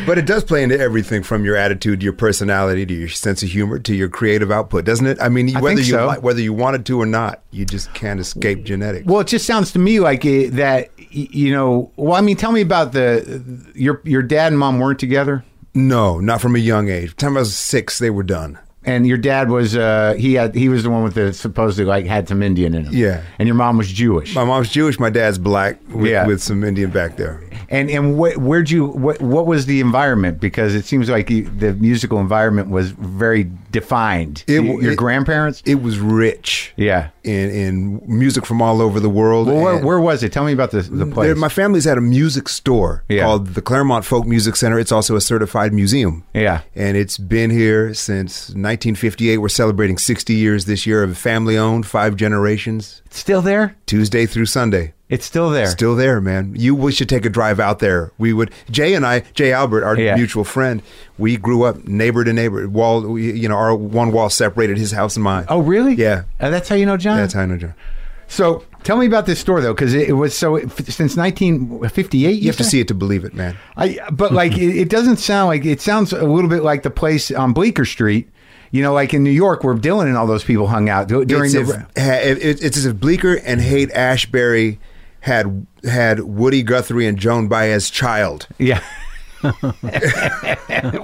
Speaker 5: But it does play into everything from your attitude, to your personality, to your sense of humor, to your creative output, doesn't it? I mean,
Speaker 1: I
Speaker 5: whether
Speaker 1: think
Speaker 5: you
Speaker 1: so.
Speaker 5: li- whether you wanted to or not, you just can't escape genetics.
Speaker 1: Well, it just sounds to me like uh that. y- You know. Well, I mean, tell me about the your your dad and mom weren't together.
Speaker 5: No, not from a young age. By the time I was six, they were done.
Speaker 1: And your dad was uh, he had he was the one with the supposedly like had some Indian in him.
Speaker 5: Yeah.
Speaker 1: And your mom was Jewish.
Speaker 5: My mom's Jewish, my dad's black, with,
Speaker 1: Yeah.
Speaker 5: with some Indian back there.
Speaker 1: And and wh- where'd you what what was the environment? Because it seems like you, the musical environment was very defined.
Speaker 5: It-
Speaker 1: Y- your
Speaker 5: it-
Speaker 1: grandparents.
Speaker 5: It was rich
Speaker 1: yeah.
Speaker 5: in in music from all over the world.
Speaker 1: Well, where,
Speaker 5: and-
Speaker 1: where was it? Tell me about the the place.
Speaker 5: There- my family's had a music store
Speaker 1: Yeah.
Speaker 5: called the Claremont Folk Music Center. It's also a certified museum.
Speaker 1: Yeah.
Speaker 5: And it's been here since 1958. We're celebrating 60 years this year of family owned, five generations,
Speaker 1: It's still there?
Speaker 5: Tuesday through Sunday.
Speaker 1: It's still there.
Speaker 5: Still there, man. You we should take a drive out there. We would Jay and I, Jay Albert, our
Speaker 1: Yeah.
Speaker 5: mutual friend, we grew up neighbor to neighbor. Wall we- you know, our one wall separated his house and mine.
Speaker 1: oh, really?
Speaker 5: Yeah.
Speaker 1: Uh, that's how you know John.
Speaker 5: That's how I know John.
Speaker 1: So tell me about this store though, because it, it was so f- since 1958.
Speaker 5: You have to see it to believe it, man.
Speaker 1: I
Speaker 5: [LAUGHS]
Speaker 1: but like it, it doesn't sound like it sounds a little bit like the place on Bleecker Street, you know, like in New York where Dylan and all those people hung out du- during
Speaker 5: it's
Speaker 1: the.
Speaker 5: if, ha- it- it's as if Bleecker and Haight Ashbury had had Woody Guthrie and Joan Baez child. [LAUGHS]
Speaker 1: Yeah. [LAUGHS]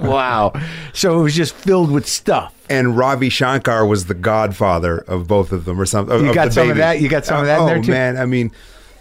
Speaker 1: wow. So it was just filled with stuff.
Speaker 5: and Ravi Shankar was the godfather of both of them, or something.
Speaker 1: You
Speaker 5: of
Speaker 1: got
Speaker 5: the
Speaker 1: some of
Speaker 5: baby.
Speaker 1: that? You got some of that in
Speaker 5: Oh
Speaker 1: there, too?
Speaker 5: man, I mean,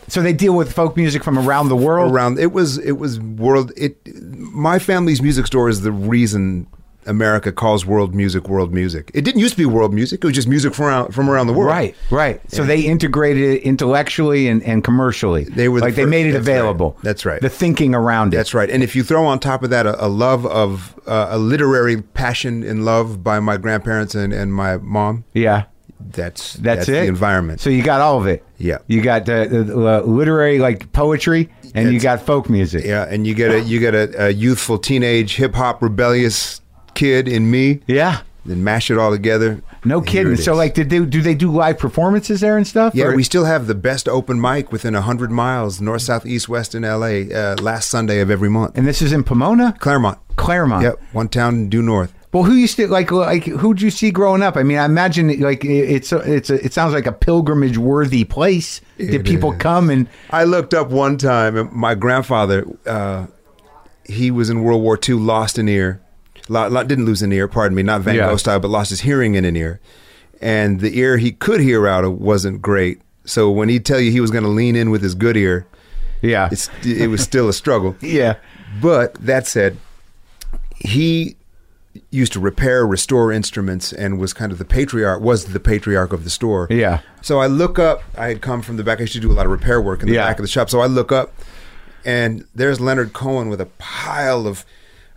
Speaker 1: So they deal with folk music from around the world.
Speaker 5: around it was it was world. It my family's music store is the reason America calls world music world music. It didn't used to be world music; it was just music from around, from around the world.
Speaker 1: Right, right. So they integrated it intellectually and, and commercially.
Speaker 5: They were the
Speaker 1: like they
Speaker 5: first-
Speaker 1: made it
Speaker 5: that's right.
Speaker 1: available.
Speaker 5: That's right.
Speaker 1: The thinking around it.
Speaker 5: That's right. And if you throw on top of that a, a love of uh, a literary passion and love by my grandparents and, and my mom,
Speaker 1: Yeah.
Speaker 5: that's
Speaker 1: That's, it.
Speaker 5: the environment.
Speaker 1: So you got all of it.
Speaker 5: Yeah.
Speaker 1: You got the, the, the uh, literary like poetry, and you
Speaker 5: That's-
Speaker 1: got folk music.
Speaker 5: Yeah, and you get a you get a, a youthful teenage hip hop rebellious kid in me.
Speaker 1: Yeah.
Speaker 5: Then mash it all together.
Speaker 1: No
Speaker 5: and here
Speaker 1: kidding.
Speaker 5: it
Speaker 1: So
Speaker 5: is.
Speaker 1: like, did they do they do live performances there and stuff?
Speaker 5: yeah,
Speaker 1: Or-
Speaker 5: we still have the best open mic within hundred miles, north, south, east, west in L.A. Uh, last Sunday of every month.
Speaker 1: and this is in Pomona,
Speaker 5: Claremont.
Speaker 1: Claremont.
Speaker 5: Yep, one town due north.
Speaker 1: Well, who used to like like who'd you see growing up? I mean, I imagine like it- it's a, it's a, it sounds like a pilgrimage worthy place. Did
Speaker 5: It
Speaker 1: people
Speaker 5: is.
Speaker 1: come and
Speaker 5: I looked up one time, and my grandfather, uh, he was in World War II, lost an ear. Lo- lo- didn't lose an ear, pardon me, not Van
Speaker 1: Yeah.
Speaker 5: Gogh style, but lost his hearing in an ear. And the ear he could hear out of wasn't great. So when he'd tell you he was going to lean in with his good ear,
Speaker 1: yeah
Speaker 5: it's, it was still a struggle.
Speaker 1: yeah
Speaker 5: But that said, he used to repair, restore instruments, and was kind of the patriarch. Was the patriarch of the store.
Speaker 1: Yeah.
Speaker 5: So I look up. I had come from the back. I used to do a lot of repair work in the
Speaker 1: Yeah.
Speaker 5: back of the shop. So I look up, and there's Leonard Cohen with a pile of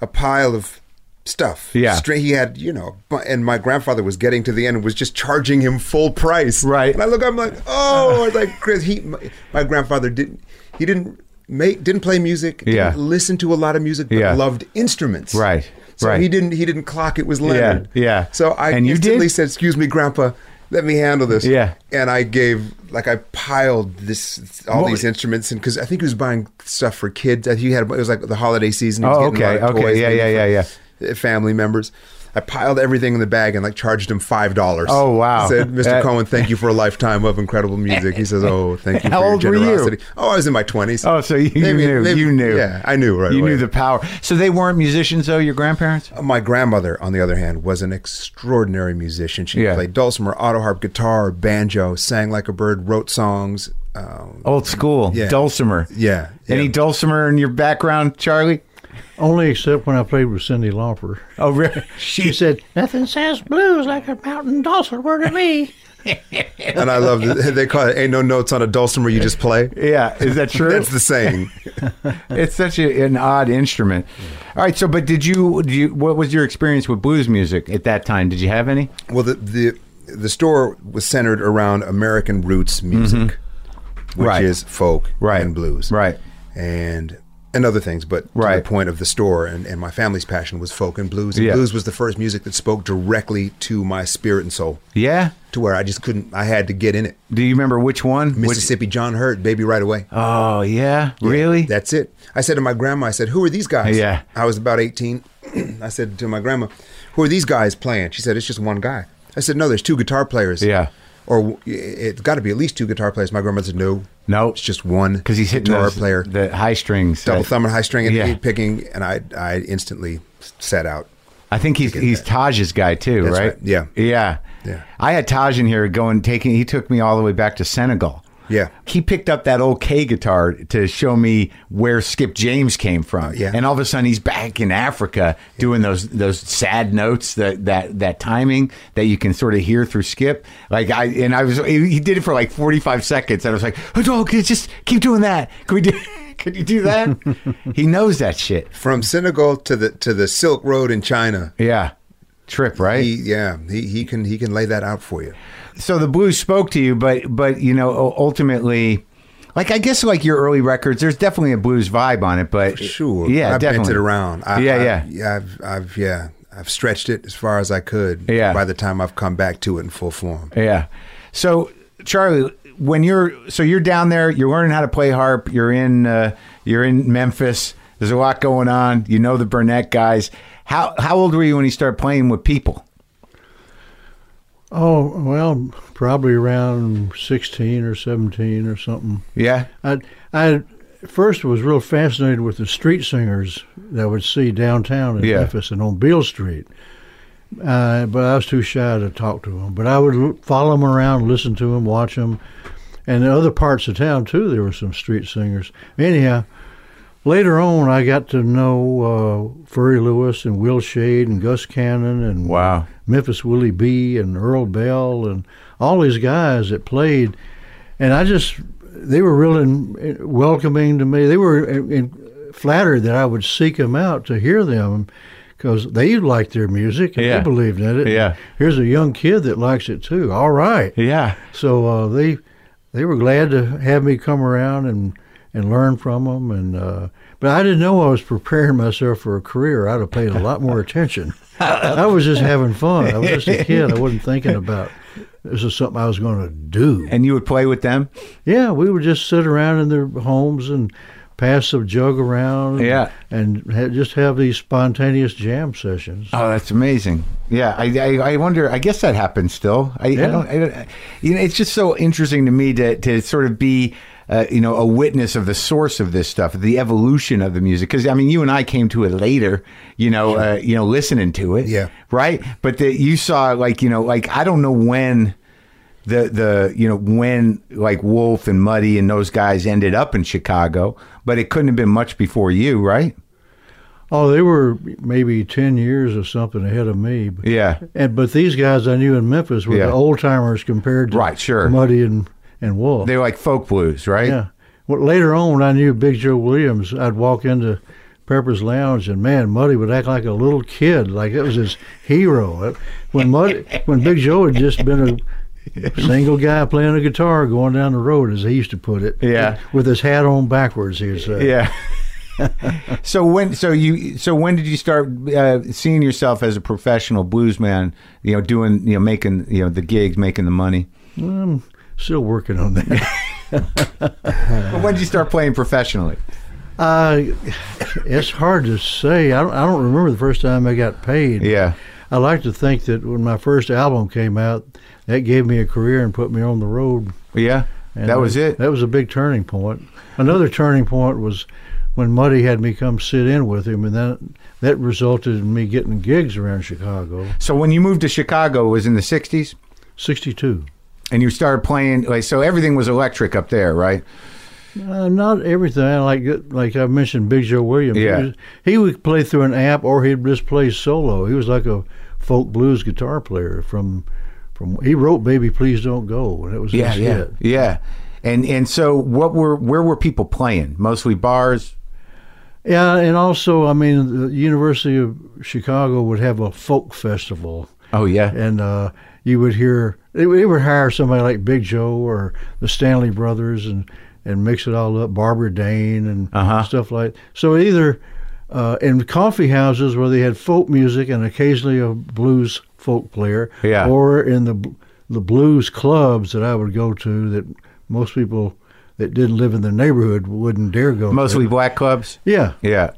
Speaker 5: a pile of stuff.
Speaker 1: Yeah.
Speaker 5: Stra- he had you know, bu- and my grandfather was getting to the end and was just charging him full price.
Speaker 1: Right.
Speaker 5: And I look, up, I'm like, oh, it's like Chris. He, my, my grandfather didn't. He didn't. Make, didn't play music. didn't
Speaker 1: Yeah.
Speaker 5: listened to a lot of music, but
Speaker 1: Yeah.
Speaker 5: loved instruments.
Speaker 1: Right,
Speaker 5: So
Speaker 1: right.
Speaker 5: he didn't he didn't clock it was Leonard.
Speaker 1: yeah.
Speaker 5: So I
Speaker 1: And you
Speaker 5: instantly
Speaker 1: did?
Speaker 5: said, "Excuse me, Grandpa, let me handle this."
Speaker 1: Yeah.
Speaker 5: And I gave like I piled this all
Speaker 1: What-
Speaker 5: these instruments and because I think he was buying stuff for kids. I- He had it was like the holiday season. He was
Speaker 1: Oh,
Speaker 5: getting a lot
Speaker 1: okay,
Speaker 5: of
Speaker 1: okay,
Speaker 5: toys
Speaker 1: yeah,
Speaker 5: maybe
Speaker 1: yeah,
Speaker 5: for
Speaker 1: yeah,
Speaker 5: uh, Family members. I piled everything in the bag and like charged him five dollars.
Speaker 1: Oh, wow.
Speaker 5: Said, "Mr.
Speaker 1: That-
Speaker 5: Cohen, thank you for a lifetime of incredible music." He says, "Oh, thank you
Speaker 1: [LAUGHS] How
Speaker 5: for
Speaker 1: old were
Speaker 5: your
Speaker 1: you?
Speaker 5: generosity." Oh, I was in my twenties.
Speaker 1: oh so you, you knew you knew
Speaker 5: Yeah, I knew right.
Speaker 1: you
Speaker 5: away. Um,
Speaker 1: knew the power so they weren't musicians though your grandparents
Speaker 5: My grandmother, on the other hand, was an extraordinary musician. She
Speaker 1: Yeah.
Speaker 5: played dulcimer, auto harp, guitar, banjo, sang like a bird, wrote songs. Um,
Speaker 1: old school
Speaker 5: Yeah.
Speaker 1: dulcimer
Speaker 5: yeah, yeah.
Speaker 1: any dulcimer in your background Charlie
Speaker 6: Only except when I played with Cindy Lauper.
Speaker 1: oh really
Speaker 6: [LAUGHS] She said, Nothing says blues like a mountain dulcimer to me.
Speaker 5: and I love that [LAUGHS] they call it "Ain't no notes on a dulcimer, you just play."
Speaker 1: [LAUGHS] yeah is that true
Speaker 5: That's the saying.
Speaker 1: [LAUGHS] it's such a, an odd instrument all right so but did you do you what was your experience with blues music at that time did you have any
Speaker 5: Well, the the, the store was centered around American roots music, which
Speaker 1: Mm-hmm. Right.
Speaker 5: is folk
Speaker 1: Right.
Speaker 5: and blues,
Speaker 1: Right.
Speaker 5: and and other things. But to
Speaker 1: Right.
Speaker 5: the point of the store and, and my family's passion was folk and blues. And
Speaker 1: Yeah.
Speaker 5: Blues was the first music that spoke directly to my spirit and soul.
Speaker 1: yeah
Speaker 5: to where I just couldn't. I had to get in it.
Speaker 1: do you remember which one Which-
Speaker 5: Mississippi John Hurt, baby, right away.
Speaker 1: oh yeah, really
Speaker 5: That's it. I said to my grandma, I said, "Who are these guys?"
Speaker 1: Yeah.
Speaker 5: I was about eighteen. [CLEARS THROAT] I said to my grandma, "Who are these guys playing?" She said, "It's just one guy." I said, "No, there's two guitar players."
Speaker 1: Yeah.
Speaker 5: Or it- it's got to be at least two guitar players. My grandma said, "No,
Speaker 1: No.
Speaker 5: it's just one."
Speaker 1: because he's hitting
Speaker 5: guitar
Speaker 1: those-
Speaker 5: player,
Speaker 1: the high strings
Speaker 5: double
Speaker 1: that-
Speaker 5: thumb and high string, and
Speaker 1: Yeah.
Speaker 5: eight picking, and I, I instantly set out.
Speaker 1: I think he's
Speaker 5: get
Speaker 1: he's
Speaker 5: that.
Speaker 1: Taj's guy too,
Speaker 5: That's
Speaker 1: right?
Speaker 5: right. Yeah.
Speaker 1: yeah,
Speaker 5: Yeah.
Speaker 1: I had Taj in here going taking. He took me all the way back to Senegal.
Speaker 5: Yeah.
Speaker 1: he picked up that old K guitar to show me where Skip James came from.
Speaker 5: yeah.
Speaker 1: and all of a sudden he's back in Africa doing those those sad notes that that that timing that you can sort of hear through Skip. Like I and I was he he did it for like forty five seconds, and I was like, oh, dog, just keep doing that. Can we do? [LAUGHS] Could you do that? he knows that shit.
Speaker 5: From Senegal to the to the Silk Road in China.
Speaker 1: Yeah, trip right.
Speaker 5: He, yeah, he, he can he can lay that out for you.
Speaker 1: so the blues spoke to you, but but you know u- ultimately, like I guess like your early records, there's definitely a blues vibe on it. But
Speaker 5: sure.
Speaker 1: yeah,
Speaker 5: I
Speaker 1: definitely.
Speaker 5: bent it around. I,
Speaker 1: yeah,
Speaker 5: I,
Speaker 1: yeah,
Speaker 5: yeah. I've, I've, yeah, I've stretched it as far as I could.
Speaker 1: Yeah.
Speaker 5: By the time I've come back to it in full form,
Speaker 1: yeah. So Charlie, when you're so you're down there, you're learning how to play harp. You're in uh, you're in Memphis. There's a lot going on. You know the Burnett guys. How how old were you when you started playing with people?
Speaker 6: Oh, well, probably around 16 or 17 or something.
Speaker 1: Yeah.
Speaker 6: I, I first was real fascinated with the street singers that I would see downtown in
Speaker 1: Yeah.
Speaker 6: Memphis and on Beale Street. Uh, but I was too shy to talk to them. But I would l- follow them around, listen to them, watch them. And in other parts of town, too, there were some street singers. Anyhow, later on, I got to know uh, Furry Lewis and Will Shade and Gus Cannon and
Speaker 1: Wow.
Speaker 6: Memphis Willie B and Earl Bell and all these guys that played, and I just they were really in- welcoming to me. They were in, in, flattered that I would seek them out to hear them because they liked their music and
Speaker 1: Yeah.
Speaker 6: they believed in it.
Speaker 1: Yeah.
Speaker 6: here's a young kid that likes it too. All right,
Speaker 1: Yeah.
Speaker 6: so uh, they they were glad to have me come around and and learn from them and. Uh, but I didn't know I was preparing myself for a career. I'd have paid a lot more
Speaker 1: [LAUGHS]
Speaker 6: attention. I was just having fun. I was just a kid. I wasn't thinking about this is something I was going to do.
Speaker 1: And you would play with them?
Speaker 6: Yeah, we would just sit around in their homes and pass a jug around.
Speaker 1: Yeah.
Speaker 6: and ha- just have these spontaneous jam sessions.
Speaker 1: Oh, that's amazing. Yeah, I, I, I wonder. I guess that happens still. I, I
Speaker 6: Yeah.
Speaker 1: don't. I, don't- you know, it's just so interesting to me to to sort of be. Uh, you know, a witness of the source of this stuff, the evolution of the music. Because I mean, you and I came to it later. You know, uh, you know, listening to it.
Speaker 5: Yeah.
Speaker 1: Right. But that you saw, like, you know, like I don't know when the the you know when like Wolf and Muddy and those guys ended up in Chicago, but it couldn't have been much before you, right?
Speaker 6: Oh, they were maybe ten years or something ahead of me. But
Speaker 1: Yeah.
Speaker 6: And but these guys I knew in Memphis were
Speaker 1: Yeah.
Speaker 6: the old timers compared to
Speaker 1: Right, sure.
Speaker 6: Muddy and and Wolf.
Speaker 1: They're like folk blues, right?
Speaker 6: yeah. Well, later on, I knew Big Joe Williams. I'd walk into Pepper's Lounge, and man, Muddy would act like a little kid, like it was his hero. When Muddy, when Big Joe had just been a single guy playing a guitar going down the road, as he used to put it.
Speaker 1: Yeah.
Speaker 6: With his hat on backwards, he uh, would say.
Speaker 1: Yeah. [LAUGHS] so when so you so when did you start uh, seeing yourself as a professional blues man? You know, doing you know making you know the gigs, making the money.
Speaker 6: Still working on that.
Speaker 1: But when did you start playing professionally?
Speaker 6: Uh, it's hard to say. I don't, I don't remember the first time I got paid.
Speaker 1: Yeah.
Speaker 6: I like to think that when my first album came out, that gave me a career and put me on the road.
Speaker 1: Yeah.
Speaker 6: And
Speaker 1: that was it.
Speaker 6: That was a big turning point. Another turning point was when Muddy had me come sit in with him, and that that resulted in me getting gigs around Chicago.
Speaker 1: So when you moved to Chicago it was in the '60s,
Speaker 6: Sixty-two.
Speaker 1: and you started playing. Like so, everything was electric up there, right?
Speaker 6: Uh, not everything. Like like I mentioned, Big Joe Williams.
Speaker 1: Yeah.
Speaker 6: He, was- he would play through an amp, or he'd just play solo. He was like a folk blues guitar player from from. He wrote "Baby Please Don't Go," and it was his
Speaker 1: yeah,
Speaker 6: hit.
Speaker 1: yeah. And and so what were where were people playing? Mostly bars.
Speaker 6: Yeah, and also, I mean, the University of Chicago would have a folk festival,
Speaker 1: Oh yeah,
Speaker 6: and uh, you would hear they would, they would hire somebody like Big Joe or the Stanley Brothers and and mix it all up, Barbara Dane and
Speaker 1: Uh-huh.
Speaker 6: stuff like. So either uh, in coffee houses where they had folk music and occasionally a blues folk player,
Speaker 1: Yeah.
Speaker 6: or in the bl- the blues clubs that I would go to that most people that didn't live in the neighborhood wouldn't dare go. to.
Speaker 1: mostly black clubs.
Speaker 6: Yeah
Speaker 1: Yeah.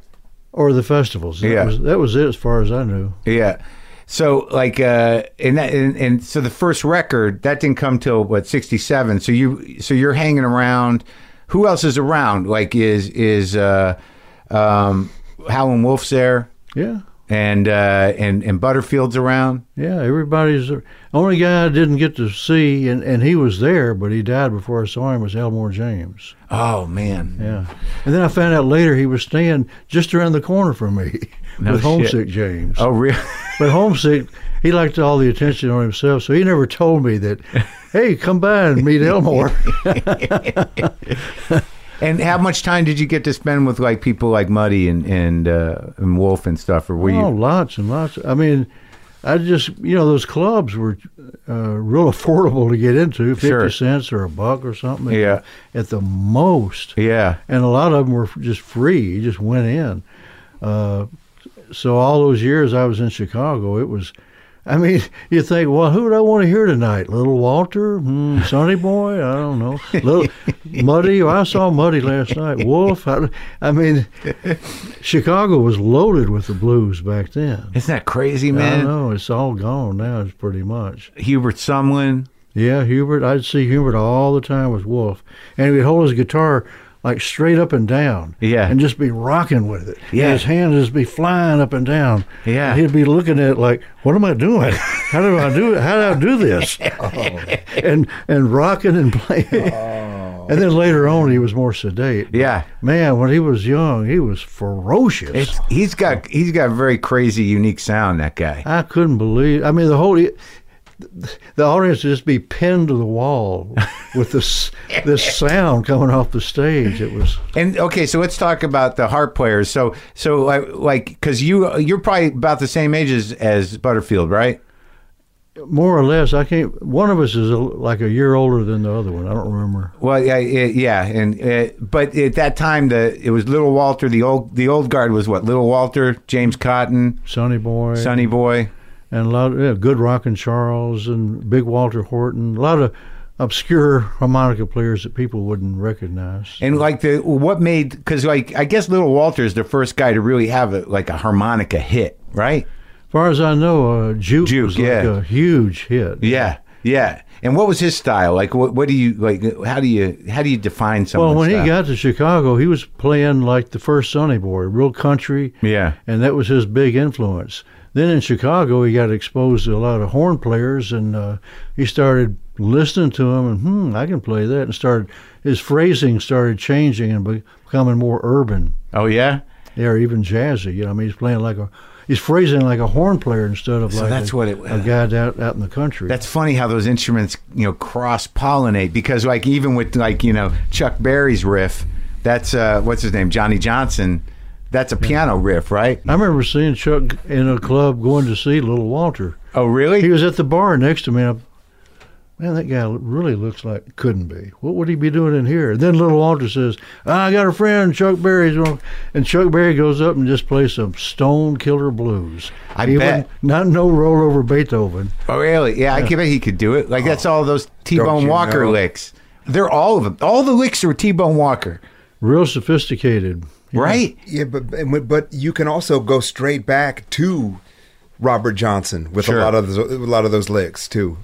Speaker 6: or the festivals. That
Speaker 1: Yeah.
Speaker 6: was, that was it as far as I knew.
Speaker 1: Yeah. So like uh and that and, and so the first record that didn't come till what 67. So you so you're hanging around who else is around? Like is is uh um Howlin' Wolf's there
Speaker 6: Yeah,
Speaker 1: and uh and and Butterfield's around.
Speaker 6: yeah. Everybody's there. only guy I didn't get to see, and, and he was there, but he died before I saw him. Was Elmore James?
Speaker 1: Oh man.
Speaker 6: Yeah, and then I found out later he was staying just around the corner
Speaker 1: [LAUGHS]
Speaker 6: from me with
Speaker 1: shit.
Speaker 6: homesick James.
Speaker 1: Oh real [LAUGHS]
Speaker 6: But homesick, he liked all the attention on himself, so he never told me
Speaker 1: [LAUGHS]
Speaker 6: that. Hey, come by and meet Elmore.
Speaker 1: And how much time did you get to spend with like people like Muddy and and uh and Wolf and stuff or [LAUGHS] were
Speaker 6: Oh,
Speaker 1: you
Speaker 6: lots and lots. I mean, I just you know those clubs were uh, real [LAUGHS] affordable to get into, fifty
Speaker 1: Sure.
Speaker 6: cents or a buck or something. at-
Speaker 1: Yeah.
Speaker 6: at the most.
Speaker 1: Yeah.
Speaker 6: And a lot of them were just free. You just went in. Uh, so all those years I was in Chicago, it was. I mean, [LAUGHS] you think, well, who would I want to hear tonight? Little Walter, hmm, Sonny Boy, I don't know. Little Muddy, I saw Muddy last night. Wolf, I, I mean, Chicago was loaded with the blues back then.
Speaker 1: Isn't that crazy,
Speaker 6: I
Speaker 1: man?
Speaker 6: know it's all gone now. It's pretty much.
Speaker 1: Hubert Sumlin.
Speaker 6: Yeah, Hubert. I'd see Hubert all the time with Wolf, and he would hold his guitar like straight up and down.
Speaker 1: Yeah.
Speaker 6: and just be rocking with it.
Speaker 1: Yeah.
Speaker 6: and his hands just be flying up and down.
Speaker 1: Yeah.
Speaker 6: and he'd be looking at it like, "What am I doing? How do I do it? How do I
Speaker 1: [LAUGHS]
Speaker 6: do this?" Oh. and and rocking and playing. And then later on, he was more sedate.
Speaker 1: Oh. Yeah.
Speaker 6: man, when he was young, he was ferocious.
Speaker 1: It's, he's got he's got a very crazy, unique sound. That guy.
Speaker 6: I couldn't believe. I mean, the whole the audience would just be pinned to the wall with this this sound coming off the stage. It was
Speaker 1: And okay, so let's talk about the harp players. So so I- like because you you're probably about the same age as, as Butterfield, right?
Speaker 6: more or less. I can't. One of us is a, like a year older than the other one. I don't remember.
Speaker 1: Well, yeah, yeah, yeah, and uh, but at that time, the it was Little Walter. The old the old guard was what Little Walter, James Cotton,
Speaker 6: Sonny Boy,
Speaker 1: Sonny Boy.
Speaker 6: and a lot of yeah, good rock and Charles and Big Walter Horton. A lot of obscure harmonica players that people wouldn't recognize.
Speaker 1: And like the what made because like I guess Little Walter is the first guy to really have a, like a harmonica hit, right?
Speaker 6: As far as I know, uh, Juke,
Speaker 1: Juke,
Speaker 6: was like
Speaker 1: yeah.
Speaker 6: a huge hit.
Speaker 1: Yeah, yeah. And what was his style? Like, what, what do you like? How do you how do you define someone?
Speaker 6: Well, when he got to Chicago, he was playing like the first Sonny Boy, real country.
Speaker 1: Yeah.
Speaker 6: And that was his big influence. Then in Chicago, he got exposed to a lot of horn players and uh, he started listening to them and, hmm, I can play that. And started, his phrasing started changing and be- becoming more urban
Speaker 1: oh yeah,
Speaker 6: yeah, or even jazzy. You know, I mean, he's playing like a, he's phrasing like a horn player instead of like
Speaker 1: that's
Speaker 6: a,
Speaker 1: what it-
Speaker 6: a guy out, out in the country.
Speaker 1: that's funny how those instruments you know cross pollinate because like even with like you know Chuck Berry's riff, that's uh, what's his name Johnny Johnson, that's a piano riff, right?
Speaker 6: I remember seeing Chuck in a club going to see Little Walter.
Speaker 1: Oh really?
Speaker 6: He was at the bar next to me. And I, man, that guy really looks like couldn't be. What would he be doing in here? And then little Walter says, "Ah, "I got a friend, Chuck Berry's on," and Chuck Berry goes up and just plays some Stone Killer blues.
Speaker 1: I
Speaker 6: He
Speaker 1: bet.
Speaker 6: wouldn't- Not no rollover Beethoven.
Speaker 1: Oh, really? Yeah, I bet he could do it. Like that's all those
Speaker 5: Don't
Speaker 1: T-Bone
Speaker 5: you
Speaker 1: Walker
Speaker 5: know?
Speaker 1: licks. They're all of them. All the licks are T-Bone Walker,
Speaker 6: Real sophisticated.
Speaker 1: right?
Speaker 5: Yeah, but and we- but you can also go straight back to Robert Johnson with
Speaker 1: Sure.
Speaker 5: a lot of those, a lot of those licks too.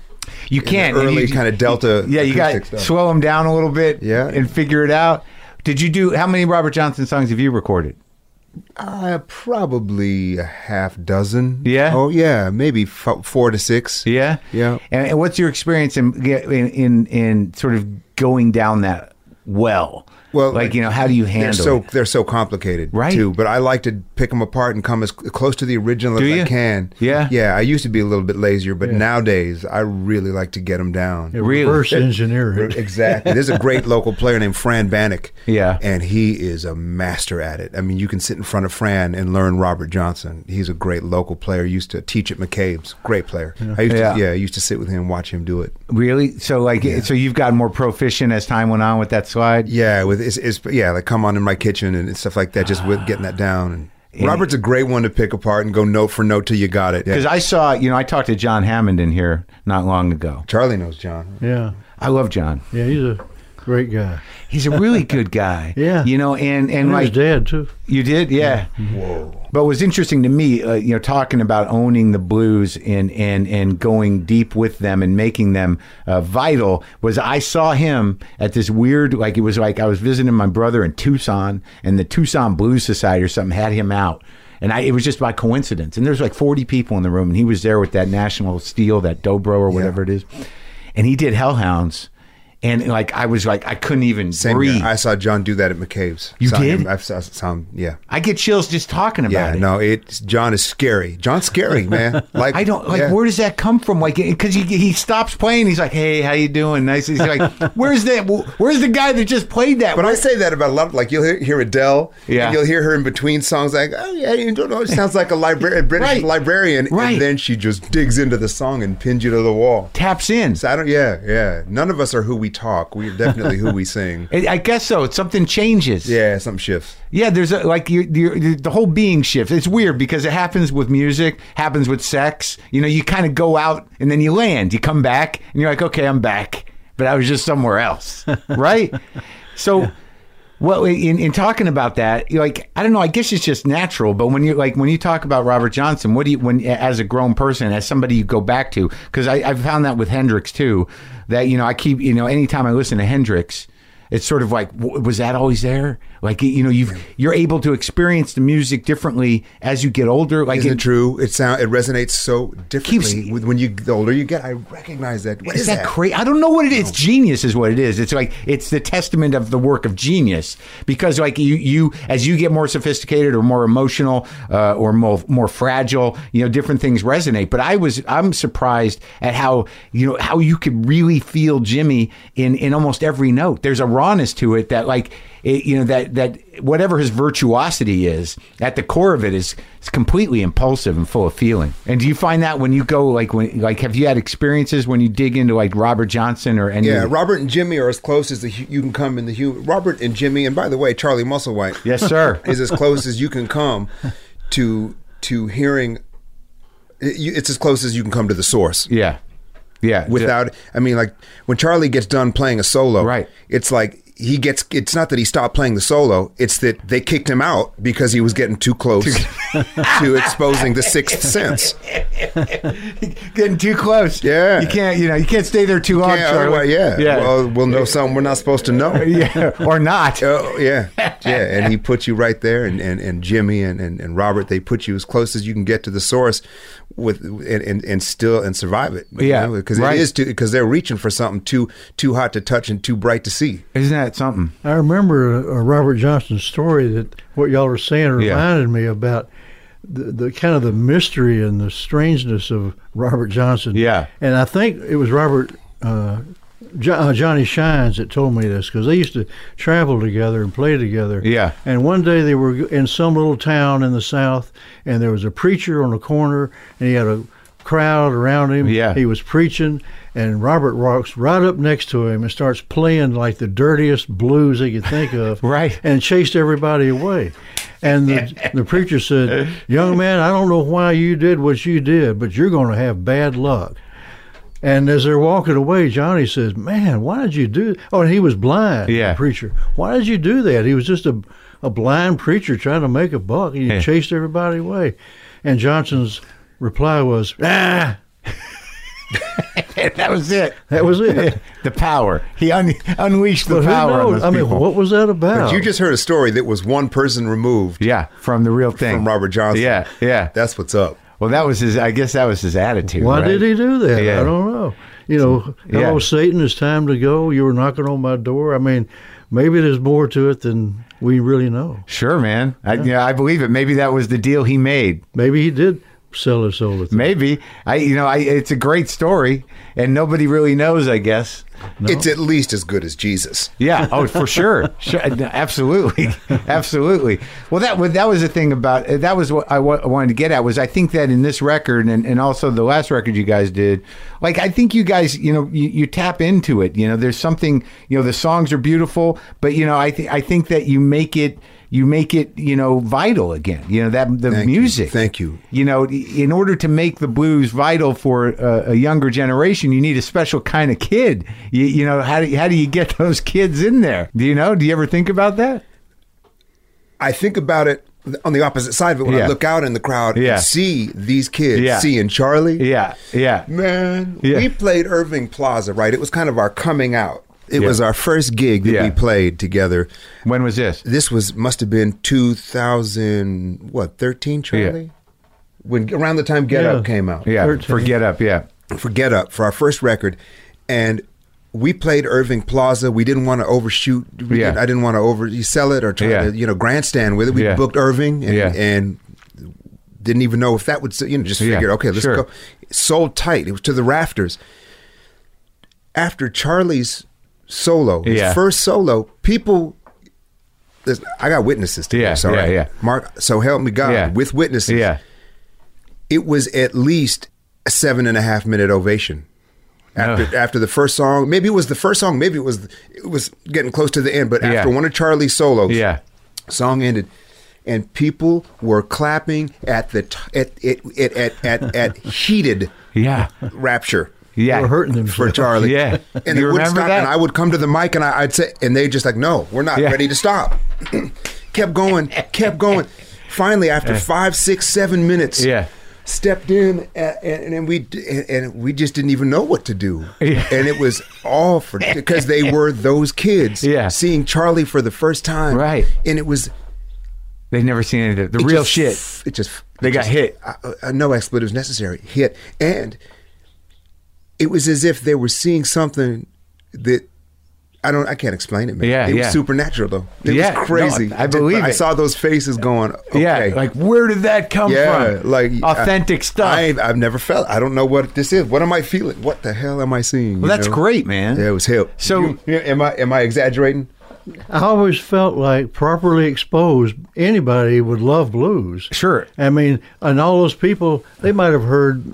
Speaker 1: You can't and
Speaker 5: early
Speaker 1: you-
Speaker 5: kinda
Speaker 1: you-
Speaker 5: Delta
Speaker 1: Yeah, you got
Speaker 5: acoustic stuff.
Speaker 1: slow them down a little bit.
Speaker 5: Yeah.
Speaker 1: and figure it out. Did you do how many Robert Johnson songs have you recorded?
Speaker 5: Uh, probably a half dozen.
Speaker 1: Yeah?
Speaker 5: Oh yeah, maybe f- four to six.
Speaker 1: Yeah,
Speaker 5: Yeah.
Speaker 1: And, and what's your experience in, in in in sort of going down that well?
Speaker 5: Well,
Speaker 1: like you know, how do you handle?
Speaker 5: They're so
Speaker 1: it?
Speaker 5: they're so complicated,
Speaker 1: Right.
Speaker 5: Too, but I like to pick them apart and come as close to the original
Speaker 1: Do
Speaker 5: as
Speaker 1: you?
Speaker 5: I can.
Speaker 1: Yeah.
Speaker 5: yeah. I used to be a little bit lazier, but nowadays I really like to get them down.
Speaker 1: [LAUGHS]
Speaker 6: Yeah,
Speaker 1: Really?
Speaker 6: Reverse engineer it.
Speaker 5: Exactly. There's a great local player named Fran Bannock.
Speaker 1: Yeah.
Speaker 5: And he is a master at it. I mean, you can sit in front of Fran and learn Robert Johnson. He's a great local player. Used to teach at McCabe's. Great player. I used
Speaker 1: Yeah.
Speaker 5: to yeah, I used to sit with him and watch him do it.
Speaker 1: really, so like, so you've gotten more proficient as time went on with that slide.
Speaker 5: Yeah, with it's, it's yeah, like come on in my kitchen and stuff like that just with
Speaker 1: Ah.
Speaker 5: getting that down and Robert's a great one to pick apart and go note for note till you got it.
Speaker 1: Because
Speaker 5: Yeah.
Speaker 1: I saw, you know, I talked to John Hammond in here not long ago.
Speaker 5: Charlie knows John.
Speaker 6: Yeah,
Speaker 1: I love John.
Speaker 6: yeah, he's a great guy.
Speaker 1: He's
Speaker 5: [LAUGHS]
Speaker 1: a really good guy.
Speaker 6: Yeah.
Speaker 1: You know, and and
Speaker 6: And
Speaker 1: like
Speaker 6: his dad too.
Speaker 1: you did, yeah.
Speaker 5: Whoa.
Speaker 1: But what's interesting to me, uh, you know, talking about owning the blues and and and going deep with them and making them uh, vital was I saw him at this weird like it was like I was visiting my brother in Tucson and the Tucson Blues Society or something had him out. And I, it was just by coincidence. And there's like 40 people in the room, and he was there with that National Steel, that Dobro or whatever it is. And he did Hellhounds. And like, I was like, I couldn't even
Speaker 5: Same
Speaker 1: breathe.
Speaker 5: here. I saw John do that at McCabe's.
Speaker 1: You
Speaker 5: saw
Speaker 1: did?
Speaker 5: Him. I saw, saw him. Yeah.
Speaker 1: I get chills just talking about
Speaker 5: Yeah,
Speaker 1: it.
Speaker 5: no, it's John is scary. John's
Speaker 1: [LAUGHS]
Speaker 5: scary, man. Like
Speaker 1: I don't like
Speaker 5: yeah.
Speaker 1: where does that come from? Like because he, he stops playing, he's like, "Hey, how you doing?" Nice. He's like, "Where's that? Where's the guy that just played that?"
Speaker 5: But I say that about a lot. Of, like you'll hear, hear Adele,
Speaker 1: Yeah.
Speaker 5: and you'll hear her in between songs, like "Oh yeah, you don't know." It sounds like a librarian, British
Speaker 1: Right.
Speaker 5: librarian,
Speaker 1: Right.
Speaker 5: and then she just digs into the song and pins you to the wall.
Speaker 1: taps in.
Speaker 5: So I don't. Yeah, yeah. None of us are who we we talk. We are definitely who we
Speaker 1: [LAUGHS]
Speaker 5: sing.
Speaker 1: I I guess so. It's something changes.
Speaker 5: Yeah, something shifts.
Speaker 1: Yeah, there's a, like you, you, the whole being shift. It's weird because it happens with music, happens with sex. You know, you kind of go out and then you land, you come back, and you're like, okay, I'm back, but I was just somewhere else, right? So, well, in, in talking about that, you're like, I don't know, I guess it's just natural. But when you like when you talk about Robert Johnson, what do you when as a grown person, as somebody you go back to? Because I I've found that with Hendrix too, that you know I keep you know anytime I listen to Hendrix it's sort of like w- was that always there like you know you've you're able to experience the music differently as you get older like
Speaker 5: Isn't it, true? It sound it resonates so differently
Speaker 1: Keeps-
Speaker 5: with when you the older you get. I recognize that. What is,
Speaker 1: is that, crazy? I don't know what it is. It's genius, is what it is. It's like it's the testament of the work of genius because, like you, you as you get more sophisticated or more emotional uh, or more more fragile, you know, different things resonate. But I was I'm surprised at how you know how you could really feel Jimmy in in almost every note. There's a rawness to it that like it, you know that that whatever his virtuosity is at the core of it is it's completely impulsive and full of feeling and do you find that when you go like when like have you had experiences when you dig into like robert johnson or any
Speaker 5: Yeah, Robert and Jimmy are as close as the, hu- you can come in the human. Robert and Jimmy, and by the way, Charlie Musselwhite.
Speaker 1: [LAUGHS] yes sir
Speaker 5: [LAUGHS] is as close as you can come to to hearing. it- you- It's as close as you can come to the source
Speaker 1: yeah yeah
Speaker 5: without. I mean, like when Charlie gets done playing a solo,
Speaker 1: Right.
Speaker 5: It's like he gets. It's not that he stopped playing the solo. It's that they kicked him out because he was getting too close [LAUGHS] to exposing the
Speaker 1: [LAUGHS]
Speaker 5: sixth sense. [LAUGHS]
Speaker 1: getting too close
Speaker 5: Yeah.
Speaker 1: you can't you know you can't stay there too long
Speaker 5: Yeah,
Speaker 1: Oh, Charlie.
Speaker 5: otherwise- yeah.
Speaker 1: yeah
Speaker 5: Well, we'll know something we're not supposed to know.
Speaker 1: [LAUGHS] yeah or not
Speaker 5: Oh [LAUGHS] yeah, yeah, and he put you right there, and, and, and Jimmy and, and, and Robert, they put you as close as you can get to the source, with and, and, and still and survive it. you
Speaker 1: Yeah,
Speaker 5: know, because
Speaker 1: right.
Speaker 5: it is too because they're reaching for something too too hot to touch and too bright to see.
Speaker 1: isn't that
Speaker 5: [LAUGHS]
Speaker 1: something
Speaker 6: I remember a, a Robert Johnson story that what y'all were saying
Speaker 1: Yeah.
Speaker 6: reminded me about the, the kind of the mystery and the strangeness of Robert Johnson.
Speaker 1: Yeah.
Speaker 6: and I think it was Robert uh, jo- uh, Johnny Shines that told me this because they used to travel together and play together.
Speaker 1: Yeah.
Speaker 6: and one day they were in some little town in the south, and there was a preacher on a corner, and he had a crowd around him.
Speaker 1: Yeah.
Speaker 6: he was preaching, and Robert walks right up next to him and starts playing like the dirtiest blues he could think
Speaker 1: [LAUGHS]
Speaker 6: of.
Speaker 1: Right.
Speaker 6: And chased everybody away.
Speaker 1: [LAUGHS]
Speaker 6: And the, the preacher said, Young man, I don't know why you did what you did, but you're going to have bad luck. And as they're walking away, Johnny says, Man, why did you do Oh, and he was blind, the
Speaker 1: Yeah.
Speaker 6: preacher. Why did you do that? He was just a, a blind preacher trying to make a buck, and you
Speaker 1: Yeah.
Speaker 6: chased everybody away. And Johnson's reply was, Ah,
Speaker 1: that was it
Speaker 6: that was it.
Speaker 5: [LAUGHS]
Speaker 1: the power he un- unleashed the
Speaker 6: Well, who
Speaker 1: power on
Speaker 6: knows?
Speaker 1: those
Speaker 6: I mean,
Speaker 1: people.
Speaker 6: what was that about?
Speaker 5: But you just heard a story that was one person removed
Speaker 1: Oh. yeah from the real thing
Speaker 5: from Robert Johnson.
Speaker 1: yeah yeah
Speaker 5: that's what's up.
Speaker 1: Well, that was his. I guess that was his attitude.
Speaker 6: Why
Speaker 1: right?
Speaker 6: did he do that?
Speaker 1: Yeah.
Speaker 6: I don't know. You know,
Speaker 1: Yeah.
Speaker 6: hello, Satan, it's time to go. You were knocking on my door. I mean, maybe there's more to it than we really know.
Speaker 1: Sure, man. I, yeah, I believe it. Maybe that was the deal he made.
Speaker 6: Maybe he did sell his soul. At the
Speaker 1: Maybe I. You know, I. It's a great story, and nobody really knows. I guess.
Speaker 5: It's at least as good as Jesus.
Speaker 1: Yeah. Oh, for sure. sure. Absolutely. [LAUGHS] Absolutely. Well, that was that was the thing about uh, that was what I wa- wanted to get at was I think that in this record and, and also the last record you guys did, like I think you guys you know you, you tap into it. You know, there's something you know the songs are beautiful, but you know I think I think that you make it you make it you know vital again. You know that the
Speaker 5: Thank you.
Speaker 1: music.
Speaker 5: Thank you.
Speaker 1: You know, in order to make the blues vital for a, a younger generation, you need a special kind of kid. You, you know, how do you, how do you get [LAUGHS] those kids in there? Do you know? Do you ever think about that?
Speaker 5: I think about it on the opposite side of it when
Speaker 1: Yeah.
Speaker 5: I look out in the crowd
Speaker 1: Yeah.
Speaker 5: and see these kids
Speaker 1: Yeah.
Speaker 5: seeing Charlie.
Speaker 1: Yeah, yeah,
Speaker 5: Man,
Speaker 1: Yeah.
Speaker 5: we played Irving Plaza, right? It was kind of our coming out. It
Speaker 1: Yeah.
Speaker 5: was our first gig that
Speaker 1: Yeah.
Speaker 5: we played together.
Speaker 1: When was this?
Speaker 5: This was must have been 2000 what, 13 Charlie? When around the time Get
Speaker 6: Yeah.
Speaker 5: Up came out.
Speaker 1: Yeah,
Speaker 6: Thirteen.
Speaker 1: for Get Up. Yeah,
Speaker 5: For Get Up for our first record and we played Irving Plaza. We didn't want to overshoot. We
Speaker 1: Yeah.
Speaker 5: didn't- I didn't want to over you sell it or try
Speaker 1: Yeah.
Speaker 5: to, you know, grandstand with it. We
Speaker 1: Yeah.
Speaker 5: booked Irving and,
Speaker 1: Yeah.
Speaker 5: and didn't even know if that would, you know, just
Speaker 1: Yeah.
Speaker 5: figured, okay, let's
Speaker 1: Sure.
Speaker 5: go. Sold tight. It was to the rafters. After Charlie's solo, his
Speaker 1: Yeah.
Speaker 5: first solo, people. there's- I got witnesses to
Speaker 1: Yeah,
Speaker 5: this.
Speaker 1: yeah,
Speaker 5: All right,
Speaker 1: yeah.
Speaker 5: Mark. So help me God
Speaker 1: Yeah.
Speaker 5: Uh, with witnesses.
Speaker 1: yeah.
Speaker 5: it was at least a seven and a half minute ovation. After after the first song, maybe it was the first song, maybe it was it was getting close to the end, but after
Speaker 1: Yeah.
Speaker 5: one of Charlie's solos,
Speaker 1: Yeah.
Speaker 5: song ended, and people were clapping at the t- at it at at, at, at heated
Speaker 1: Yeah.
Speaker 5: rapture
Speaker 1: Yeah.
Speaker 6: We're hurting them
Speaker 5: for Charlie.
Speaker 1: Yeah.
Speaker 5: And
Speaker 1: You
Speaker 5: they wouldn't
Speaker 1: remember
Speaker 5: stop.
Speaker 1: that?
Speaker 5: And I would come to the mic and I, I'd say, and they just like, no, we're not
Speaker 1: Yeah.
Speaker 5: ready to stop. [CLEARS THROAT] kept going, kept going. Finally, after five, six, seven minutes,
Speaker 1: Yeah.
Speaker 5: stepped in and, and, and we d- and, and we just didn't even know what to do. And it was all for because
Speaker 1: [LAUGHS]
Speaker 5: they were those kids
Speaker 1: Yeah.
Speaker 5: seeing Charlie for the first time.
Speaker 1: Right.
Speaker 5: And it was
Speaker 1: They've never seen any of it. The
Speaker 5: it
Speaker 1: real
Speaker 5: just-
Speaker 1: shit.
Speaker 5: It just
Speaker 1: They
Speaker 5: it
Speaker 1: got
Speaker 5: just-
Speaker 1: hit.
Speaker 5: I, I, no expletives necessary. Hit, and it was as if they were seeing something that I don't. I can't explain it, man.
Speaker 1: Yeah,
Speaker 5: it
Speaker 1: yeah.
Speaker 5: was supernatural though. It
Speaker 1: Yeah, no,
Speaker 5: was crazy.
Speaker 1: I believe
Speaker 5: I
Speaker 1: it.
Speaker 5: saw those faces going. Okay.
Speaker 1: Yeah. Like, where did that come
Speaker 5: yeah,
Speaker 1: from?
Speaker 5: like
Speaker 1: authentic
Speaker 5: I,
Speaker 1: stuff.
Speaker 5: I, I've never felt. I don't know what this is. What am I feeling? What the hell am I seeing?
Speaker 1: well,
Speaker 5: you
Speaker 1: that's
Speaker 5: know?
Speaker 1: great, man.
Speaker 5: Yeah, it was hell.
Speaker 1: So-
Speaker 5: You- yeah, am I am I exaggerating?
Speaker 6: I always felt like properly exposed, anybody would love blues.
Speaker 1: Sure.
Speaker 6: I mean, and all those people, they might have heard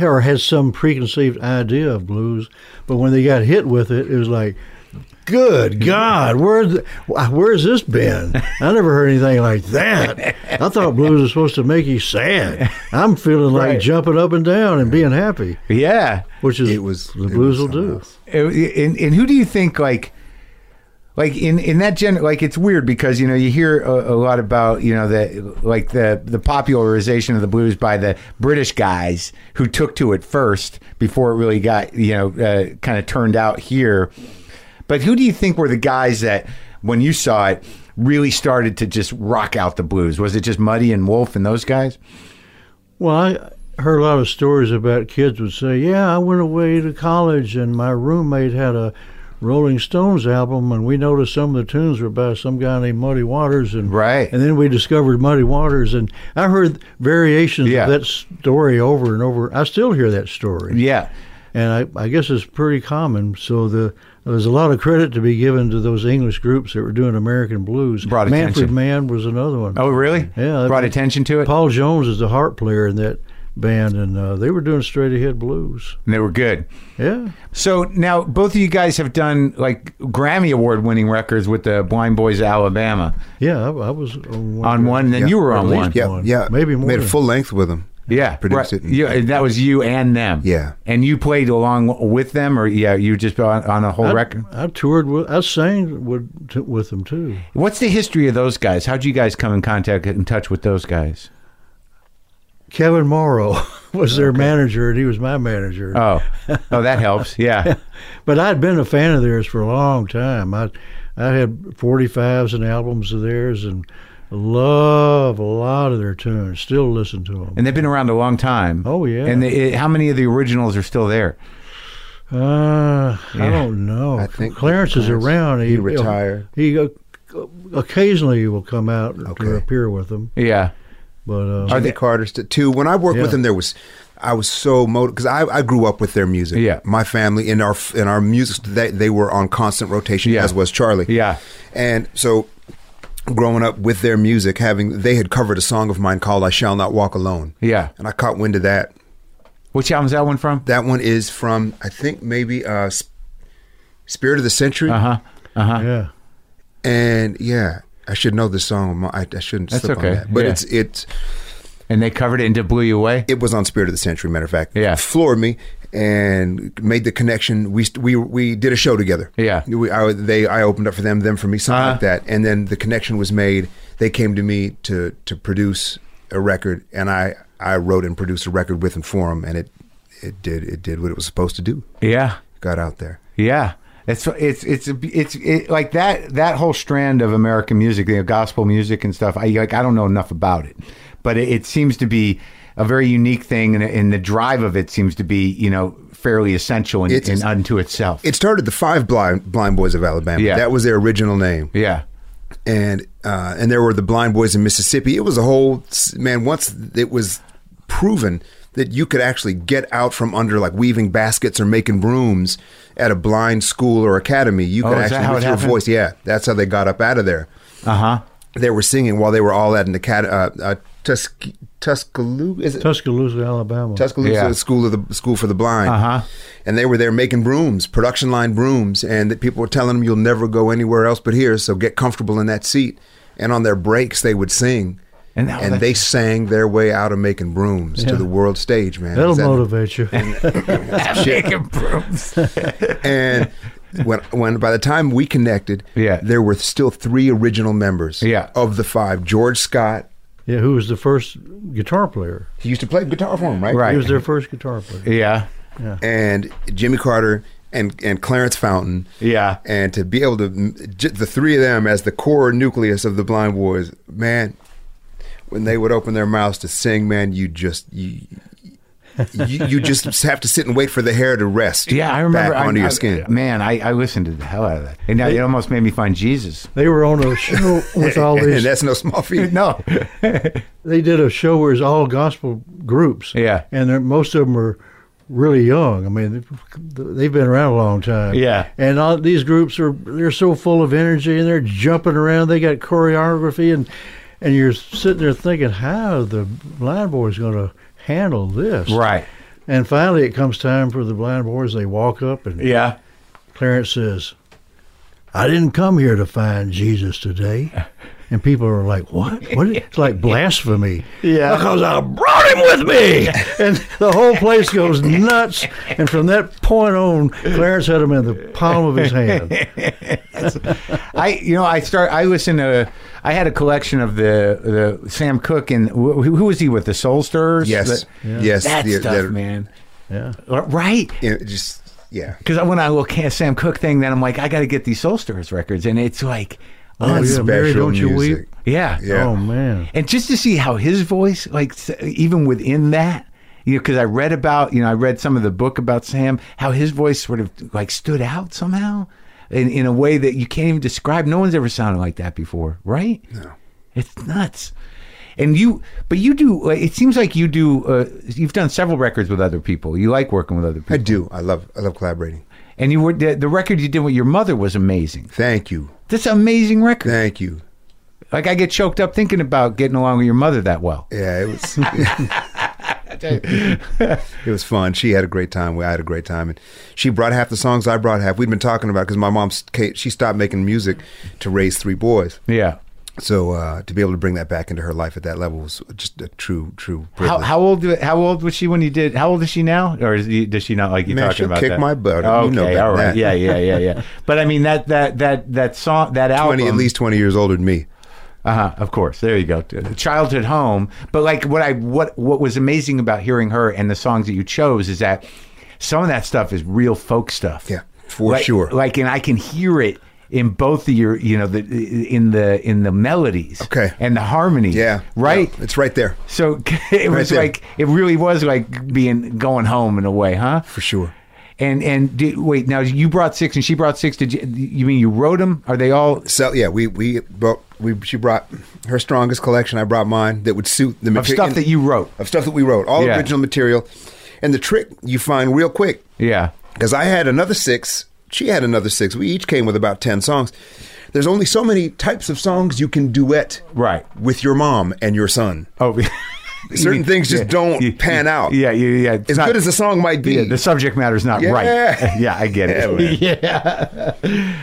Speaker 6: or had some preconceived idea of blues, but when they got hit with it, it was like, good God, where th- wh- where's this been? I never heard anything like that. I thought blues was supposed to make you sad. I'm feeling like
Speaker 1: Right.
Speaker 6: jumping up and down and being happy,
Speaker 1: Yeah.
Speaker 6: which is
Speaker 5: It was
Speaker 6: the
Speaker 5: it was
Speaker 6: blues will
Speaker 5: something
Speaker 6: do.
Speaker 5: else.
Speaker 1: It- Eh, and, and who do you think like like in in that gen like it's weird because you know you hear a, a lot about you know the like the the popularization of the blues by the british guys who took to it first before it really got you know uh, kind of turned out here but who do you think were the guys that when you saw it really started to just rock out the blues was it just muddy and wolf and those guys
Speaker 6: Well, I heard a lot of stories about kids would say, "Yeah, I went away to college, and my roommate had a Rolling Stones album, and we noticed some of the tunes were by some guy named Muddy Waters, and
Speaker 1: Right.
Speaker 6: and then we discovered Muddy Waters, and I heard variations
Speaker 1: Yeah.
Speaker 6: of that story over and over. I still hear that story,
Speaker 1: yeah
Speaker 6: and I, I guess it's pretty common. So the there's a lot of credit to be given to those English groups that were doing American blues.
Speaker 1: Brought
Speaker 6: Manfred
Speaker 1: attention.
Speaker 6: Mann was another one.
Speaker 1: oh really
Speaker 6: Yeah, that-
Speaker 1: brought attention to it
Speaker 6: Paul Jones is the harp player in that band, and uh, they were doing straight ahead blues.
Speaker 1: and they were good
Speaker 6: Yeah,
Speaker 1: So now both of you guys have done like Grammy award winning records with the Blind Boys of Alabama
Speaker 6: yeah, I, I was on one.
Speaker 1: on one, and then
Speaker 5: Yeah.
Speaker 1: you were on
Speaker 6: At least
Speaker 1: one.
Speaker 5: Yeah,
Speaker 6: One.
Speaker 5: yeah.
Speaker 6: Maybe more.
Speaker 5: Made a full length with them.
Speaker 1: Yeah,
Speaker 5: Produced
Speaker 1: right.
Speaker 5: it and-
Speaker 1: Yeah, and that was you and them.
Speaker 5: Yeah.
Speaker 1: and you played along with them, or yeah, you just on, on a whole
Speaker 6: I,
Speaker 1: record.
Speaker 6: I toured with, I sang with, t- with them too.
Speaker 1: What's the history of those guys? How'd you guys come in contact, in touch with those guys?
Speaker 6: Kevin Morrow [LAUGHS] was their manager, and he was my manager. [LAUGHS]
Speaker 1: Oh, oh, that helps. Yeah,
Speaker 6: but I'd been a fan of theirs for a long time. I I had 45s and albums of theirs, and love a lot of their tunes. Still listen to them.
Speaker 1: and they've been around a long time.
Speaker 6: Oh, yeah.
Speaker 1: And they, how many of the originals are still there?
Speaker 6: Uh,
Speaker 1: Yeah.
Speaker 6: I don't know.
Speaker 5: I think
Speaker 6: Clarence, is
Speaker 5: Clarence-
Speaker 6: around.
Speaker 5: he retired.
Speaker 6: He uh, occasionally he will come out to
Speaker 5: Okay.
Speaker 6: appear with them,
Speaker 1: Yeah,
Speaker 6: but uh,
Speaker 5: Jimmy Carter st- too. When I worked with
Speaker 6: Yeah.
Speaker 5: them, there was I was so motivated because I, I grew up with their music.
Speaker 1: Yeah.
Speaker 5: my family and our f- and our music they, they were on constant rotation
Speaker 1: Yeah.
Speaker 5: as was Charlie.
Speaker 1: Yeah.
Speaker 5: and so growing up with their music, having they had covered a song of mine called "I Shall Not Walk Alone."
Speaker 1: yeah.
Speaker 5: and I caught wind of that.
Speaker 1: Which album's that one from?
Speaker 5: That one is from I think maybe uh, S- Spirit of the Century.
Speaker 1: Uh huh. Uh huh.
Speaker 6: yeah,
Speaker 5: And yeah, I should know this song. I, I shouldn't
Speaker 1: That's
Speaker 5: slip
Speaker 1: okay.
Speaker 5: on that. But
Speaker 1: Yeah.
Speaker 5: it's it's
Speaker 1: And they covered it into "Blew You Away."
Speaker 5: it was on Spirit of the Century. Matter of fact,
Speaker 1: Yeah.
Speaker 5: floored me and made the connection. We we we did a show together.
Speaker 1: Yeah.
Speaker 5: we, I, they I opened up for them, them for me, something
Speaker 1: Uh-huh.
Speaker 5: like that. And then the connection was made. They came to me to to produce a record, and I I wrote and produced a record with and for them, and it it did it did what it was supposed to do.
Speaker 1: Yeah.
Speaker 5: Got out there.
Speaker 1: Yeah. It's it's it's it's it, like that that whole strand of American music, you know, gospel music and stuff. I like I don't know enough about it, but it, it seems to be a very unique thing, and, and the drive of it seems to be you know fairly essential and,
Speaker 5: It's-
Speaker 1: and unto itself.
Speaker 5: It started the Five Blind Blind Boys of Alabama.
Speaker 1: Yeah.
Speaker 5: that was their original name.
Speaker 1: yeah,
Speaker 5: and uh, and there were the blind boys in Mississippi. It was a whole man. Once it was proven that you could actually get out from under like weaving baskets or making brooms at a blind school or academy, you
Speaker 1: Oh,
Speaker 5: could
Speaker 1: is that
Speaker 5: actually
Speaker 1: how
Speaker 5: with
Speaker 1: it
Speaker 5: your
Speaker 1: happened?
Speaker 5: voice. Yeah, that's how they got up out of there.
Speaker 1: uh huh.
Speaker 5: They were singing while they were all at an academy, uh, uh, Tuske- Tuscaloosa. Is it
Speaker 6: Tuscaloosa, Alabama.
Speaker 5: Tuscaloosa
Speaker 1: Yeah.
Speaker 5: School of the School for the Blind?
Speaker 1: Uh-huh.
Speaker 5: And they were there making brooms, production line brooms, and that people were telling them, "You'll never go anywhere else but here, so get comfortable in that seat." And on their breaks, they would sing.
Speaker 1: And that-
Speaker 5: and they sang their way out of making brooms to
Speaker 6: Yeah.
Speaker 5: the world stage, man.
Speaker 6: That'll
Speaker 5: Is that-
Speaker 6: motivate you.
Speaker 5: Shit. [LAUGHS] and when when by the time we connected,
Speaker 1: Yeah.
Speaker 5: there were still three original members
Speaker 1: Yeah.
Speaker 5: of the five. George Scott,
Speaker 6: [LAUGHS] yeah, who was the first guitar player?
Speaker 5: he used to play guitar for him, right?
Speaker 1: Right.
Speaker 6: He was their first guitar player.
Speaker 1: [LAUGHS] Yeah.
Speaker 5: And Jimmy Carter and and Clarence Fountain.
Speaker 1: Yeah.
Speaker 5: And to be able to j- the three of them as the core nucleus of the Blind Boys, man, when they would open their mouths to sing, man, you just you you, you just [LAUGHS] have to sit and wait for the hair to rest.
Speaker 1: Yeah, I remember.
Speaker 5: back
Speaker 1: I-
Speaker 5: onto
Speaker 1: I-
Speaker 5: your [LAUGHS] skin.
Speaker 1: Man, I, I listened to the hell out of that. And now it almost made me find Jesus.
Speaker 6: They were on
Speaker 5: [LAUGHS]
Speaker 6: a show with all
Speaker 5: and
Speaker 6: these.
Speaker 5: that's no small feat.
Speaker 1: No.
Speaker 6: They did a show where it's all gospel groups.
Speaker 1: Yeah.
Speaker 6: and they're, most of them are really young. I mean, they've been around a long time.
Speaker 1: Yeah.
Speaker 6: and all these groups are they're so full of energy and they're jumping around. They got choreography and and you're sitting there thinking, how are the blind boys going to handle this?
Speaker 1: right.
Speaker 6: And finally, it comes time for the blind boys. They walk up and
Speaker 1: Yeah.
Speaker 6: Clarence says, I didn't come here to find Jesus today. And people are like, What? What? It's like blasphemy.
Speaker 1: Yeah.
Speaker 6: Because I brought him with
Speaker 1: [LAUGHS]
Speaker 6: me. [LAUGHS] And the whole place goes nuts. And from that point on, Clarence had him in the palm of
Speaker 1: [LAUGHS]
Speaker 6: his hand.
Speaker 1: I you know I start I listened to I had a collection of the the Sam Cooke and who, who was he with the Soul Stirrers?
Speaker 5: Yes,
Speaker 1: The-
Speaker 5: yes,
Speaker 1: that
Speaker 5: the-
Speaker 1: stuff,
Speaker 5: that-
Speaker 1: man.
Speaker 6: Yeah.
Speaker 1: Right.
Speaker 5: you know, just yeah.
Speaker 1: Because when I look at Sam Cooke thing, then I'm like, I got to get these Soul Stirrers records, and it's like,
Speaker 6: Oh, yeah. Mary,
Speaker 5: Special
Speaker 6: don't you
Speaker 5: music.
Speaker 6: weep.
Speaker 1: yeah,
Speaker 5: Yeah.
Speaker 6: Oh, man.
Speaker 1: And just to see how his voice, like s- even within that, you know, because I read about, you know, I read some of the book about Sam, how his voice sort of like stood out somehow, in in a way that you can't even describe. No one's ever sounded like that before, right? No, it's nuts. And you, but you do. like, It seems like you do. Uh, you've done several records with other people. You like working with other
Speaker 5: I
Speaker 1: people,
Speaker 5: do. I love. I love collaborating.
Speaker 1: and you were the, the record you did with your mother was amazing.
Speaker 5: Thank you.
Speaker 1: That's an amazing record.
Speaker 5: Thank you.
Speaker 1: Like I get choked up thinking about getting along with your mother that well.
Speaker 5: Yeah, it was. [LAUGHS] it was fun. She had a great time. We I had a great time, and she brought half the songs I brought half. We'd been talking about because my mom she stopped making music to raise three boys.
Speaker 1: Yeah.
Speaker 5: So uh, to be able to bring that back into her life at that level was just a true, true
Speaker 1: How,
Speaker 5: privilege.
Speaker 1: how old how old was she when you did? How old is she now, or is, does she not like you
Speaker 5: Man,
Speaker 1: talking
Speaker 5: she'll
Speaker 1: about
Speaker 5: kick
Speaker 1: that?
Speaker 5: my butt. You
Speaker 1: Okay,
Speaker 5: know about
Speaker 1: all right,
Speaker 5: that.
Speaker 1: yeah, yeah,
Speaker 5: [LAUGHS]
Speaker 1: yeah, yeah. But I mean that that that that song that album,
Speaker 5: twenty, at least twenty years older than me.
Speaker 1: Uh-huh, of course, there you go. Childhood home. But like what I what what was amazing about hearing her and the songs that you chose is that some of that stuff is real folk stuff.
Speaker 5: Yeah, for
Speaker 1: Like-
Speaker 5: sure.
Speaker 1: Like and I can hear it in both of your you know the in the in the melodies
Speaker 5: Okay.
Speaker 1: and the harmony
Speaker 5: Yeah,
Speaker 1: right
Speaker 5: Yeah, it's right there
Speaker 1: so [LAUGHS] it was
Speaker 5: there.
Speaker 1: like it really was like being going home in a way, huh?
Speaker 5: for sure.
Speaker 1: And and did, wait, now you brought six and she brought six. Did you, you mean you wrote them? Are they all?
Speaker 5: So yeah, we we brought we she brought her strongest collection. I brought mine that would suit the
Speaker 1: Of
Speaker 5: material
Speaker 1: stuff that you wrote.
Speaker 5: of stuff that we wrote, all
Speaker 1: Yeah.
Speaker 5: original material. And the trick you find real quick
Speaker 1: Yeah.
Speaker 5: because I had another six, she had another six. We each came with about ten songs. There's only so many types of songs you can duet
Speaker 1: Right.
Speaker 5: with your mom and your son.
Speaker 1: Oh, [LAUGHS]
Speaker 5: Certain things just
Speaker 1: yeah.
Speaker 5: don't
Speaker 1: You-
Speaker 5: pan
Speaker 1: you-
Speaker 5: out.
Speaker 1: Yeah, yeah, yeah. It's
Speaker 5: As
Speaker 1: not-
Speaker 5: good as the song might be,
Speaker 1: yeah, the subject matter's not
Speaker 5: Yeah.
Speaker 1: right. [LAUGHS] yeah, I
Speaker 5: [LAUGHS]
Speaker 1: get it. Yeah,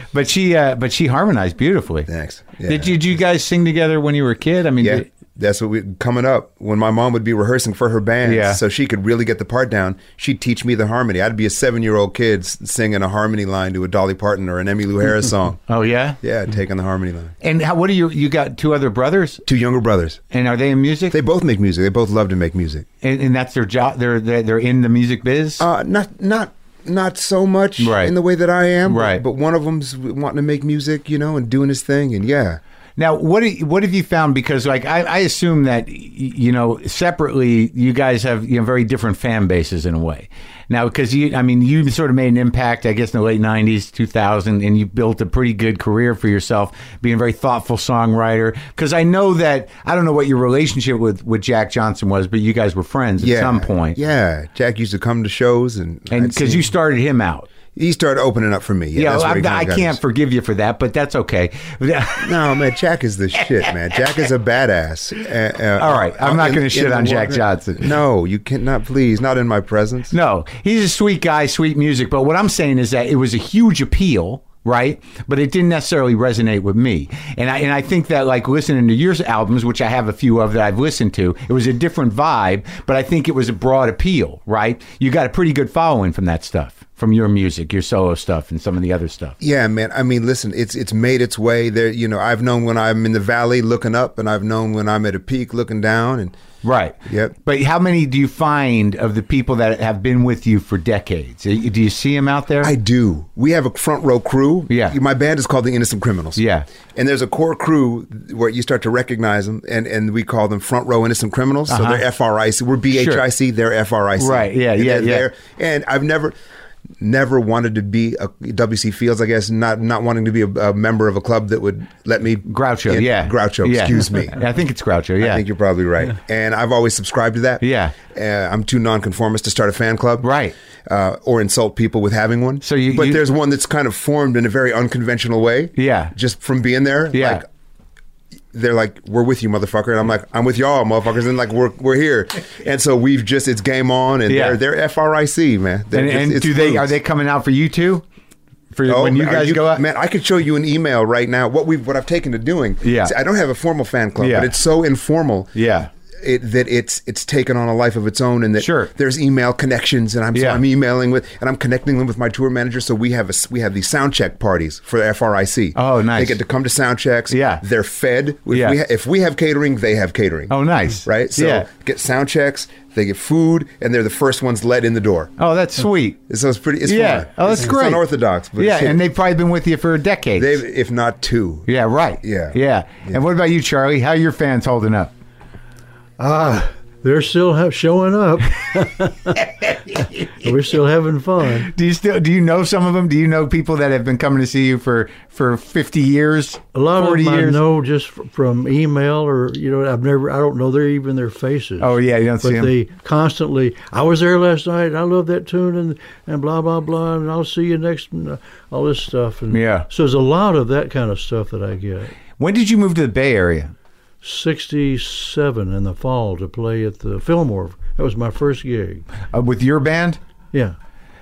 Speaker 1: [LAUGHS] but she uh, but she harmonized beautifully.
Speaker 5: Thanks.
Speaker 1: Did
Speaker 5: Yeah.
Speaker 1: you, did you guys sing together when you were a kid? I mean,
Speaker 5: Yeah.
Speaker 1: did-
Speaker 5: That's what we coming up when my mom would be rehearsing for her band,
Speaker 1: Yeah.
Speaker 5: so she could really get the part down. She'd teach me the harmony. I'd be a seven-year-old kid s- singing a harmony line to a Dolly Parton or an Emmylou Harris
Speaker 1: [LAUGHS]
Speaker 5: song.
Speaker 1: oh yeah.
Speaker 5: Yeah, taking the harmony line.
Speaker 1: And how, what are you? You got two other brothers,
Speaker 5: Two younger brothers.
Speaker 1: and are they in music?
Speaker 5: They both make music. They both love to make music.
Speaker 1: and, and that's their job. They're, they're they're in the music biz.
Speaker 5: Uh, not not not so much
Speaker 1: Right.
Speaker 5: in the way that I am. but-
Speaker 1: Right.
Speaker 5: But, one of them's wanting to make music, you know, and doing his thing, and yeah,
Speaker 1: now, what do you- what have you found? Because like I, I assume that y- you know separately, you guys have you know very different fan bases in a way. Now, because you, I mean, you sort of made an impact, I guess, in the late '90s, 2000, and you built a pretty good career for yourself, being a very thoughtful songwriter. Because I know that I don't know what your relationship with with Jack Johnson was, but you guys were friends at
Speaker 5: yeah.
Speaker 1: some point,
Speaker 5: yeah. Jack used to come to shows, and
Speaker 1: and
Speaker 5: I'd
Speaker 1: because
Speaker 5: see-
Speaker 1: you started him out.
Speaker 5: He started opening up for me. Yeah,
Speaker 1: Yeah,
Speaker 5: that's what he
Speaker 1: I,
Speaker 5: kinda
Speaker 1: I
Speaker 5: got
Speaker 1: can't
Speaker 5: us.
Speaker 1: forgive you for that, but that's okay.
Speaker 5: [LAUGHS]
Speaker 1: [LAUGHS]
Speaker 5: No, man, Jack is the shit, man. Jack is a badass. Uh, uh,
Speaker 1: All right, I'm not
Speaker 5: in-
Speaker 1: gonna
Speaker 5: in
Speaker 1: shit
Speaker 5: the
Speaker 1: on Jack
Speaker 5: water.
Speaker 1: Johnson.
Speaker 5: No, you cannot. Please, not in my presence.
Speaker 1: No, he's a sweet guy, sweet music. But what I'm saying is that it was a huge appeal, right? But it didn't necessarily resonate with me. And I and I think that like listening to your albums, which I have a few of that I've listened to, it was a different vibe. But I think it was a broad appeal, right? You got a pretty good following from that stuff, from your music, your solo stuff, and some of the other stuff.
Speaker 5: Yeah, man. I mean, listen, it's it's made its way there. You know, I've known when I'm in the valley looking up, and I've known when I'm at a peak looking down, and
Speaker 1: Right.
Speaker 5: Yep.
Speaker 1: But how many do you find of the people that have been with you for decades? Do you see them out there?
Speaker 5: I do. We have a front row crew.
Speaker 1: Yeah.
Speaker 5: My band is called the Innocent Criminals.
Speaker 1: Yeah.
Speaker 5: And there's a core crew where you start to recognize them, and, and we call them front row innocent criminals. So they're FRIC. We're BHIC. They're FRIC.
Speaker 1: Uh-huh. Right, yeah,
Speaker 5: And
Speaker 1: yeah,
Speaker 5: they're
Speaker 1: yeah.
Speaker 5: there. And I've never. Never wanted to be a WC Fields, I guess. Not not wanting to be a, a member of a club that would let me
Speaker 1: Groucho,
Speaker 5: in-
Speaker 1: yeah.
Speaker 5: Groucho.
Speaker 1: Yeah.
Speaker 5: Excuse me.
Speaker 1: [LAUGHS] I think it's Groucho, yeah.
Speaker 5: I think you're probably right. And I've always subscribed to that.
Speaker 1: Yeah.
Speaker 5: Uh, I'm too nonconformist to start a fan club.
Speaker 1: Right.
Speaker 5: Uh, or insult people with having one.
Speaker 1: So you-
Speaker 5: but
Speaker 1: you-
Speaker 5: there's one that's kind of formed in a very unconventional way.
Speaker 1: Yeah.
Speaker 5: Just from being there.
Speaker 1: Yeah.
Speaker 5: Like, they're like, we're with you, motherfucker, and I'm like, I'm with y'all, motherfuckers, and like, we're we're here, and so we've just it's game on, and
Speaker 1: Yeah.
Speaker 5: they're they're fric, man. They're-
Speaker 1: and
Speaker 5: it's-
Speaker 1: and
Speaker 5: it's
Speaker 1: do they
Speaker 5: roots.
Speaker 1: are they coming out for you too? For
Speaker 5: Oh,
Speaker 1: when you
Speaker 5: are
Speaker 1: guys go out?
Speaker 5: Man, I could show you an email right now. What we have what I've taken to doing.
Speaker 1: Yeah.
Speaker 5: See, I don't have a formal fan club,
Speaker 1: Yeah.
Speaker 5: but it's so informal.
Speaker 1: Yeah.
Speaker 5: It, that it's it's taken on a life of its own, and that
Speaker 1: Sure.
Speaker 5: there's email connections, and I'm so
Speaker 1: Yeah.
Speaker 5: I'm emailing with, and I'm connecting them with my tour manager. So we have a s we have these sound check parties for the FRIC.
Speaker 1: Oh, nice.
Speaker 5: They get to come to sound checks.
Speaker 1: Yeah.
Speaker 5: they're fed. If,
Speaker 1: Yeah.
Speaker 5: we ha- if we have catering, they have catering.
Speaker 1: Oh, nice.
Speaker 5: right? So
Speaker 1: yeah.
Speaker 5: get sound checks, they get food, and they're the first ones let in the door.
Speaker 1: Oh, that's sweet.
Speaker 5: So it's pretty. It's
Speaker 1: yeah.
Speaker 5: fun.
Speaker 1: Oh, that's
Speaker 5: it's,
Speaker 1: great.
Speaker 5: It's unorthodox, but
Speaker 1: yeah,
Speaker 5: it's-
Speaker 1: and they've probably been with you for decades.
Speaker 5: They've, if not two.
Speaker 1: yeah. Right.
Speaker 5: Yeah.
Speaker 1: yeah. And what about you, Charlie? How are your fans holding up?
Speaker 6: They're still ha-
Speaker 1: [LAUGHS]
Speaker 6: showing up. And We're still having fun.
Speaker 1: Do you still do you know some of them? Do you know people that have been coming to see you for for fifty years?
Speaker 6: A lot of
Speaker 1: 40
Speaker 6: them I
Speaker 1: years?
Speaker 6: know just fr- from email or you know I've never I don't know their even their faces.
Speaker 1: Oh yeah, you don't see
Speaker 6: But
Speaker 1: them.
Speaker 6: they constantly, I was there last night. and I love that tune and and blah blah blah. And I'll see you next. And uh, all this stuff. And
Speaker 1: Yeah.
Speaker 6: So there's a lot of that kind of stuff that I get.
Speaker 1: when did you move to the Bay Area?
Speaker 6: Sixty-seven in the fall to play at the Fillmore. That was my first gig.
Speaker 1: Uh, with your band?
Speaker 6: Yeah.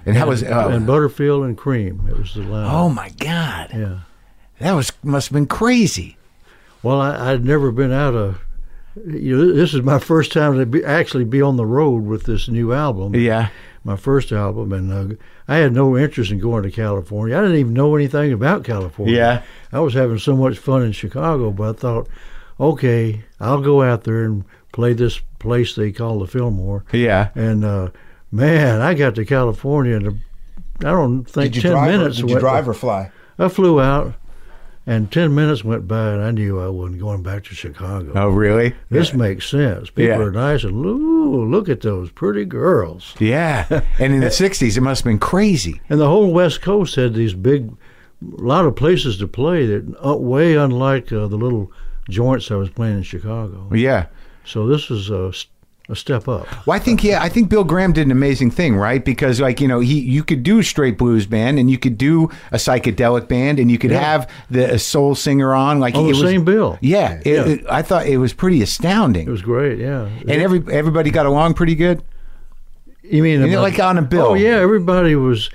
Speaker 1: And that was uh,
Speaker 6: and Butterfield and Cream. It was the line.
Speaker 1: oh my god,
Speaker 6: Yeah.
Speaker 1: that was must have been crazy.
Speaker 6: Well, I, I'd never been out of. You know, this is my first time to be, actually be on the road with this new album.
Speaker 1: Yeah.
Speaker 6: my first album, and uh, I had no interest in going to California. I didn't even know anything about California.
Speaker 1: Yeah.
Speaker 6: I was having so much fun in Chicago, but I thought, okay, I'll go out there and play this place they call the Fillmore.
Speaker 1: Yeah.
Speaker 6: And uh, man, I got to California, and I don't think
Speaker 5: Did you
Speaker 6: ten
Speaker 5: drive?
Speaker 6: minutes.
Speaker 5: or, did you
Speaker 6: went-
Speaker 5: drive or fly?
Speaker 6: I flew out, and ten minutes went by, and I knew I wasn't going back to Chicago.
Speaker 1: Oh really?
Speaker 6: This makes sense. People
Speaker 1: Yeah.
Speaker 6: are nice, and ooh, look at those pretty girls. [LAUGHS]
Speaker 1: Yeah. And in the sixties, it must have been crazy.
Speaker 6: And the whole West Coast had these big, lot of places to play that uh, way unlike uh, the little joints I was playing in Chicago.
Speaker 1: Yeah.
Speaker 6: So this was a, s- a step up.
Speaker 1: Well, I think yeah, I think Bill Graham did an amazing thing, right? Because like you know, he you could do a straight blues band, and you could do a psychedelic band, and you could have the a soul singer on, like
Speaker 6: On
Speaker 1: it
Speaker 6: Oh, the
Speaker 1: was-
Speaker 6: same bill.
Speaker 1: Yeah, it-
Speaker 6: Yeah.
Speaker 1: it- I thought it was pretty astounding,
Speaker 6: It was great, yeah.
Speaker 1: and every everybody got along pretty good.
Speaker 6: you mean
Speaker 1: You know,
Speaker 6: about-
Speaker 1: like on a bill.
Speaker 6: Oh yeah, everybody was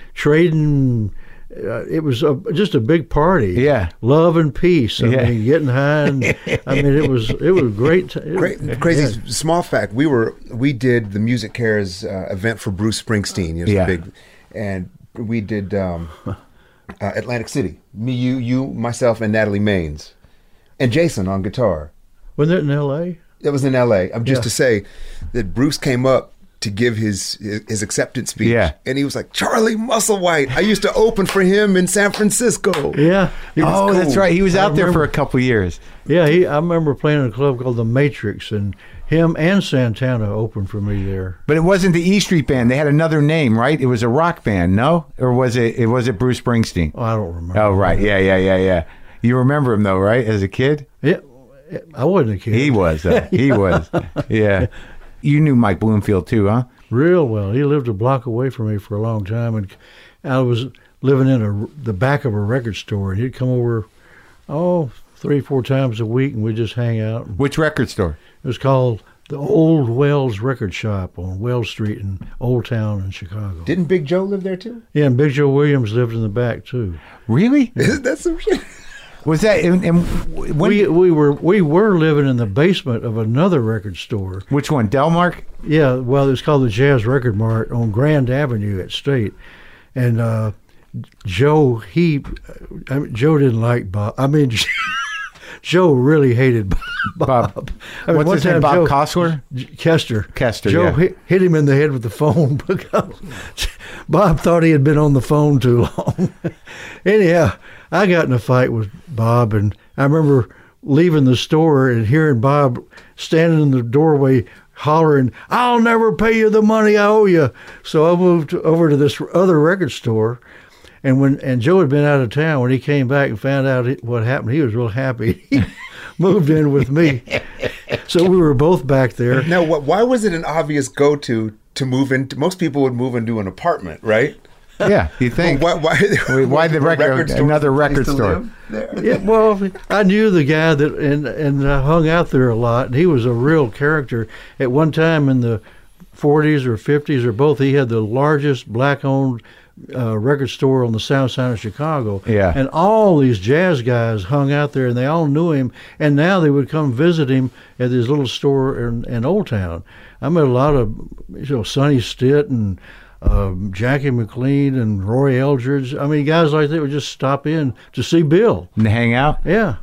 Speaker 6: trading. Uh, it was a, just a big party.
Speaker 1: Yeah.
Speaker 6: love and peace. I
Speaker 1: Yeah.
Speaker 6: mean, getting high. And, I mean, it was it was great. t- it-
Speaker 5: Great, crazy s- small fact. We were we did the Music Cares uh, event for Bruce Springsteen. It was
Speaker 1: Yeah.
Speaker 5: yeah. big, and we did um, uh, Atlantic City. Me, you, you, myself, and Natalie Maines, and Jason on guitar.
Speaker 6: Wasn't it in L.A.?
Speaker 5: That was in L.A. I'm just
Speaker 6: Yeah.
Speaker 5: to say that Bruce came up to give his his, his acceptance speech,
Speaker 1: Yeah.
Speaker 5: and he was like Charlie Musselwhite. I used to open for him in San Francisco.
Speaker 6: Yeah,
Speaker 1: Oh, that's
Speaker 5: cool.
Speaker 1: right. He was
Speaker 6: I
Speaker 1: out there for
Speaker 6: remember.
Speaker 1: a couple years.
Speaker 6: yeah. He, I remember playing in a club called the Matrix, and him and Santana opened for me there.
Speaker 1: But it wasn't the E Street Band. They had another name, right? It was a rock band, no? Or was it? It was it Bruce Springsteen?
Speaker 6: Oh, I don't remember.
Speaker 1: Oh, right. Yeah, yeah, yeah, yeah. You remember him though, right? As a kid,
Speaker 6: Yeah, I wasn't a kid.
Speaker 1: he was.
Speaker 6: [LAUGHS]
Speaker 1: Though. He was. Yeah. You knew Mike Bloomfield too, huh?
Speaker 6: real well. He lived a block away from me for a long time, and I was living in a, the back of a record store. And he'd come over, oh, three, four times a week, and we'd just hang out.
Speaker 1: Which record store?
Speaker 6: It was called the Old Wells Record Shop on Wells Street in Old Town in Chicago.
Speaker 5: Didn't Big Joe live there too?
Speaker 6: yeah, and Big Joe Williams lived in the back too.
Speaker 1: Really?
Speaker 5: That's some shit.
Speaker 1: Was that and, and when?
Speaker 6: we we were we were living in the basement of another record store.
Speaker 1: which one? Delmark?
Speaker 6: Yeah, well, it's called the Jazz Record Mart on Grand Avenue at State, and uh, Joe he, I mean, Joe didn't like Bob. I mean, [LAUGHS] Joe really hated Bob. [LAUGHS]
Speaker 1: Bob.
Speaker 6: I mean,
Speaker 1: What's
Speaker 6: one
Speaker 1: his name?
Speaker 6: time
Speaker 1: Bob
Speaker 6: Joe-
Speaker 1: Costler?
Speaker 6: Kester.
Speaker 1: Kester,
Speaker 6: Joe
Speaker 1: yeah.
Speaker 6: hit, hit him in the head with the phone [LAUGHS] because Bob thought he had been on the phone too long. [LAUGHS] Anyhow, I got in a fight with Bob, and I remember leaving the store and hearing Bob standing in the doorway hollering, "I'll never pay you the money I owe you." So I moved over to this other record store. And when and Joe had been out of town, when he came back and found out it- what happened, he was real happy. [LAUGHS] He moved in with me, so we were both back there.
Speaker 5: Now, what, why was it an obvious go-to to move into? Most people would move into an apartment, right?
Speaker 1: Yeah, you think?
Speaker 5: Why? Why,
Speaker 1: Wait,
Speaker 5: [LAUGHS]
Speaker 1: why the
Speaker 5: a
Speaker 1: record-
Speaker 5: store
Speaker 1: another
Speaker 5: place
Speaker 1: record
Speaker 5: to
Speaker 1: store?
Speaker 5: live there?
Speaker 6: yeah, well, I knew the guy that and and I hung out there a lot, and he was a real character. At one time in the 40s or 50s or both, he had the largest black-owned uh, record store on the South Side of Chicago.
Speaker 1: Yeah.
Speaker 6: and all these jazz guys hung out there, and they all knew him. And now they would come visit him at his little store in, in Old Town. I met a lot of you know Sonny Stitt and um, Jackie McLean and Roy Eldridge. I mean, guys like that would just stop in to see Bill.
Speaker 1: And hang out?
Speaker 6: Yeah.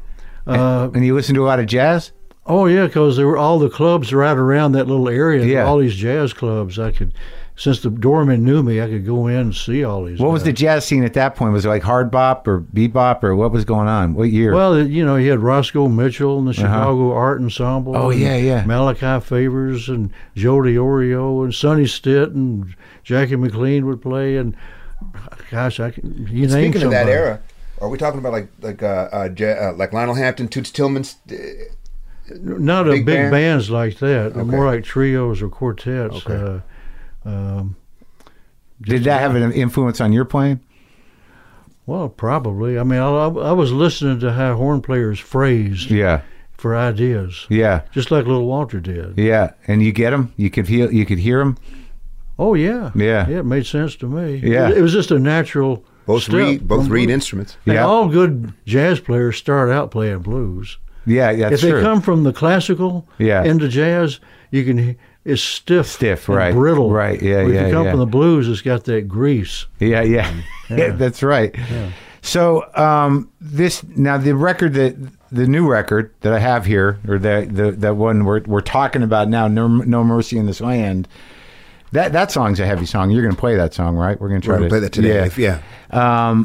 Speaker 6: Uh,
Speaker 1: And you listen to a lot of jazz?
Speaker 6: oh yeah, because there were all the clubs right around that little area.
Speaker 1: Yeah.
Speaker 6: All these jazz clubs. I could, since the doorman knew me, I could go in and see all these.
Speaker 1: What was the
Speaker 6: guys.
Speaker 1: jazz scene at that point? Was it like hard bop or bebop or what was going on? What year?
Speaker 6: Well, you know, he had Roscoe Mitchell and the Chicago Art Ensemble.
Speaker 1: Uh-huh. Oh,
Speaker 6: and
Speaker 1: yeah, yeah.
Speaker 6: Malachi Favors and Jody Oreo and Sonny Stitt and Jackie McLean would play and. Gosh, I can, you name
Speaker 5: Speaking of that
Speaker 6: somebody.
Speaker 5: era, are we talking about like like uh, uh, Ja- uh, like Lionel Hampton, Toots uh, Tillman? st-
Speaker 6: not a
Speaker 5: Big
Speaker 6: big
Speaker 5: band?
Speaker 6: bands like that. They're More
Speaker 5: Okay.
Speaker 6: like trios or quartets.
Speaker 5: Okay.
Speaker 6: Uh, um,
Speaker 1: Did that have an influence on your playing?
Speaker 6: well, probably. I mean, I, I I was listening to how horn players phrased
Speaker 1: Yeah,
Speaker 6: for ideas,
Speaker 1: yeah,
Speaker 6: just like Little Walter did.
Speaker 1: yeah. And you get them? You could hear? You could hear them?
Speaker 6: Oh yeah,
Speaker 1: Yeah.
Speaker 6: yeah. It made sense to me.
Speaker 1: Yeah.
Speaker 6: it, it was just a natural.
Speaker 5: Both
Speaker 6: step
Speaker 5: read both
Speaker 6: from
Speaker 5: read
Speaker 6: blues.
Speaker 5: instruments.
Speaker 6: And
Speaker 1: Yeah.
Speaker 6: all good jazz players start out playing blues.
Speaker 1: Yeah, yeah, that's
Speaker 6: if they
Speaker 1: true.
Speaker 6: come from the classical
Speaker 1: Yeah.
Speaker 6: into jazz, you can he- it's stiff,
Speaker 1: Stiff,
Speaker 6: and
Speaker 1: right,
Speaker 6: brittle,
Speaker 1: right, yeah,
Speaker 6: But if
Speaker 1: yeah,
Speaker 6: you come
Speaker 1: yeah.
Speaker 6: from the blues, it's got that grease.
Speaker 1: Yeah,
Speaker 5: Um,
Speaker 1: yeah, [LAUGHS] yeah. that's right. So um, this now the record that the new record that I have here, or the the that one we're we're talking about now, no, no mercy in this land. That that song's a heavy song. You're going to play that song, right? We're going to
Speaker 5: We're gonna
Speaker 1: try to
Speaker 5: play that today.
Speaker 1: Yeah.
Speaker 5: If- yeah.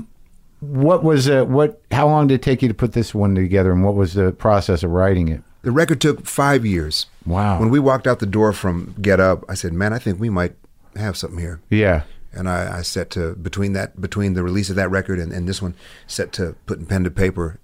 Speaker 1: What was uh, what? How long did it take you to put this one together, and what was the process of writing it?
Speaker 5: The record took five years.
Speaker 1: Wow.
Speaker 5: When we walked out the door from Get Up, I said, "Man, I think we might have something here."
Speaker 1: Yeah,
Speaker 5: And I, I set to between that between the release of that record and, and this one, set to putting pen to paper.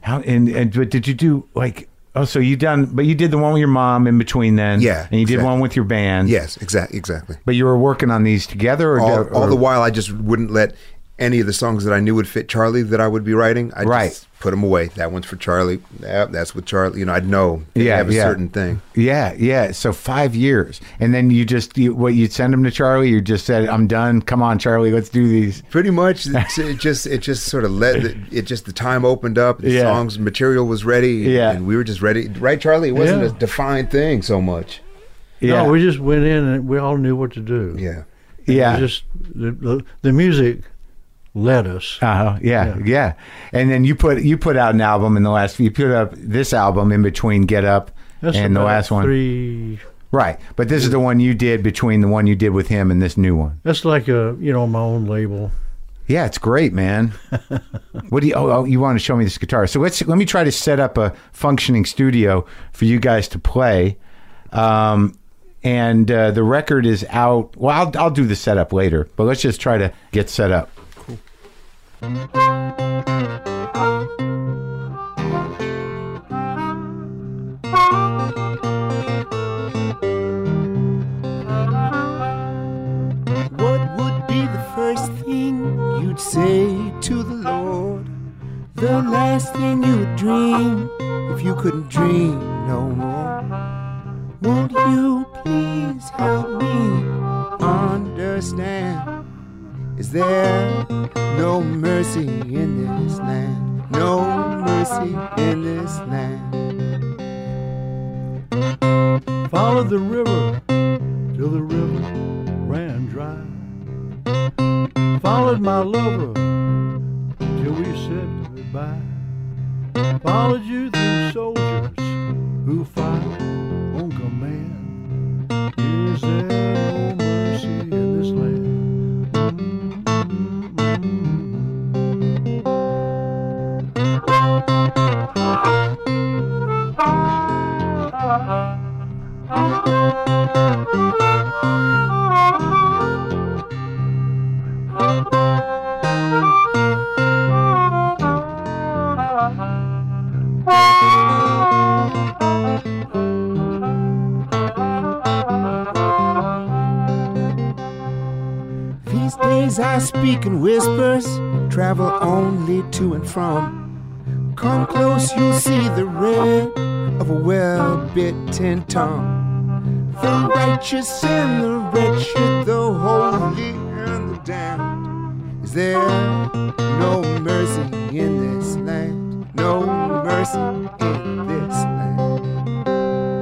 Speaker 1: how and and but did you do like? Oh, so you done? But you did the one with your mom in between then.
Speaker 5: Yeah,
Speaker 1: and you did
Speaker 5: exactly.
Speaker 1: one with your band.
Speaker 5: Yes, exactly, exactly.
Speaker 1: but you were working on these together. Or
Speaker 5: all,
Speaker 1: or-
Speaker 5: all the while I just wouldn't let any of the songs that I knew would fit Charlie that I would be writing. I
Speaker 1: Right.
Speaker 5: just put them away. That one's for Charlie. Yeah, that's with Charlie. You know, I'd know they
Speaker 1: Yeah,
Speaker 5: have a
Speaker 1: yeah.
Speaker 5: certain thing.
Speaker 1: Yeah, yeah. So five years, and then you just you, what you'd send them to Charlie. You just said, "I'm done. Come on, Charlie, let's do these."
Speaker 5: Pretty much,
Speaker 1: [LAUGHS]
Speaker 5: it's, it just it just sort of let the, it just the time opened up. The
Speaker 1: Yeah.
Speaker 5: songs material was ready.
Speaker 1: Yeah.
Speaker 5: and we were just ready. Right, Charlie. It wasn't
Speaker 6: Yeah.
Speaker 5: a defined thing so much.
Speaker 1: Yeah,
Speaker 6: No, we just went in and we all knew what to do.
Speaker 5: Yeah.
Speaker 1: yeah,
Speaker 6: We just the, the, the music led us.
Speaker 1: uh-huh. yeah, yeah,
Speaker 6: Yeah.
Speaker 1: And then you put you put out an album in the last. You put up this album in between Get Up and the
Speaker 6: about
Speaker 1: last one,
Speaker 6: Three.
Speaker 1: right? But this is the one you did between the one you did with him and this new one.
Speaker 6: That's like a you know my own label.
Speaker 1: Yeah, it's great, man. what do you? Oh, oh, you want to show me this guitar? So let's let me try to set up a functioning studio for you guys to play. Um, and uh, the record is out. Well, I'll, I'll do the setup later, but let's just try to get set up.
Speaker 7: What would be the first thing you'd say
Speaker 2: the last thing you would dream if you couldn't dream no more. Won't you please help me understand? Is there no mercy in this land? No mercy in this land.
Speaker 6: Followed the river till the river ran dry. Followed my lover till we said goodbye. Followed you through soldiers who fight on command. Is there no mercy in this land?
Speaker 2: These days I speak in whispers, travel only to and from. Come close, you'll see the red of a well bitten tongue. The righteous and the wretched, the holy and the damned. Is there no mercy in this land? No mercy in this land.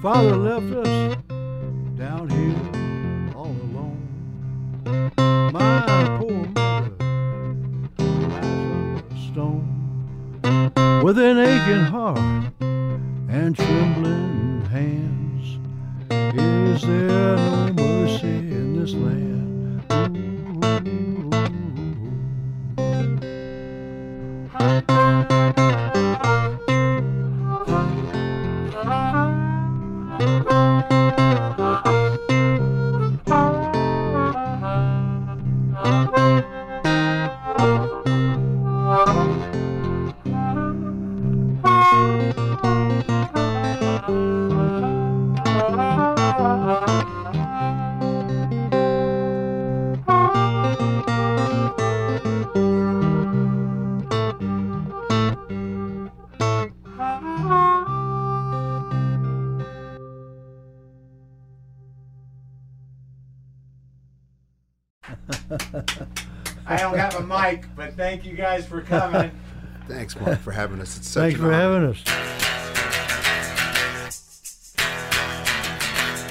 Speaker 6: Father left us down here all alone. My poor mother lies on a stone with an aching heart and trembling hands. Is there no mercy in this land? Ooh.
Speaker 1: I don't have a mic, but thank you guys for coming.
Speaker 5: Thanks, Mark, for having us. It's such
Speaker 6: Thanks
Speaker 5: an
Speaker 6: for
Speaker 5: honor.
Speaker 6: having us.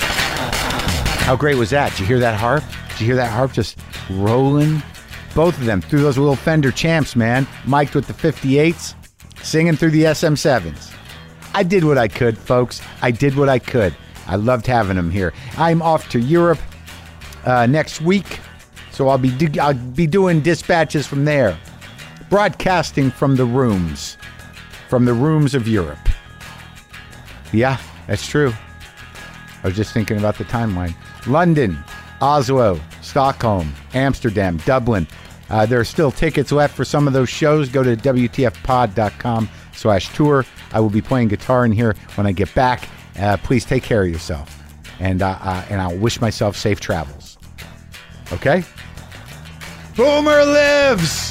Speaker 1: How great was that? Did you hear that harp? Did you hear that harp just rolling? Both of them through those little Fender champs, man. Mic'd with the 58s, singing through the SM7s. I did what I could, folks. I did what I could. I loved having them here. I'm off to Europe uh, next week, so I'll be do- I'll be doing dispatches from there, broadcasting from the rooms, from the rooms of Europe. Yeah, that's true. I was just thinking about the timeline. London, Oslo, Stockholm, Amsterdam, Dublin. Uh, there are still tickets left for some of those shows. Go to WTFpod.com slash tour. I will be playing guitar in here when I get back. Uh, please take care of yourself. And, uh, uh, and I'll wish myself safe travels. Okay? Boomer lives!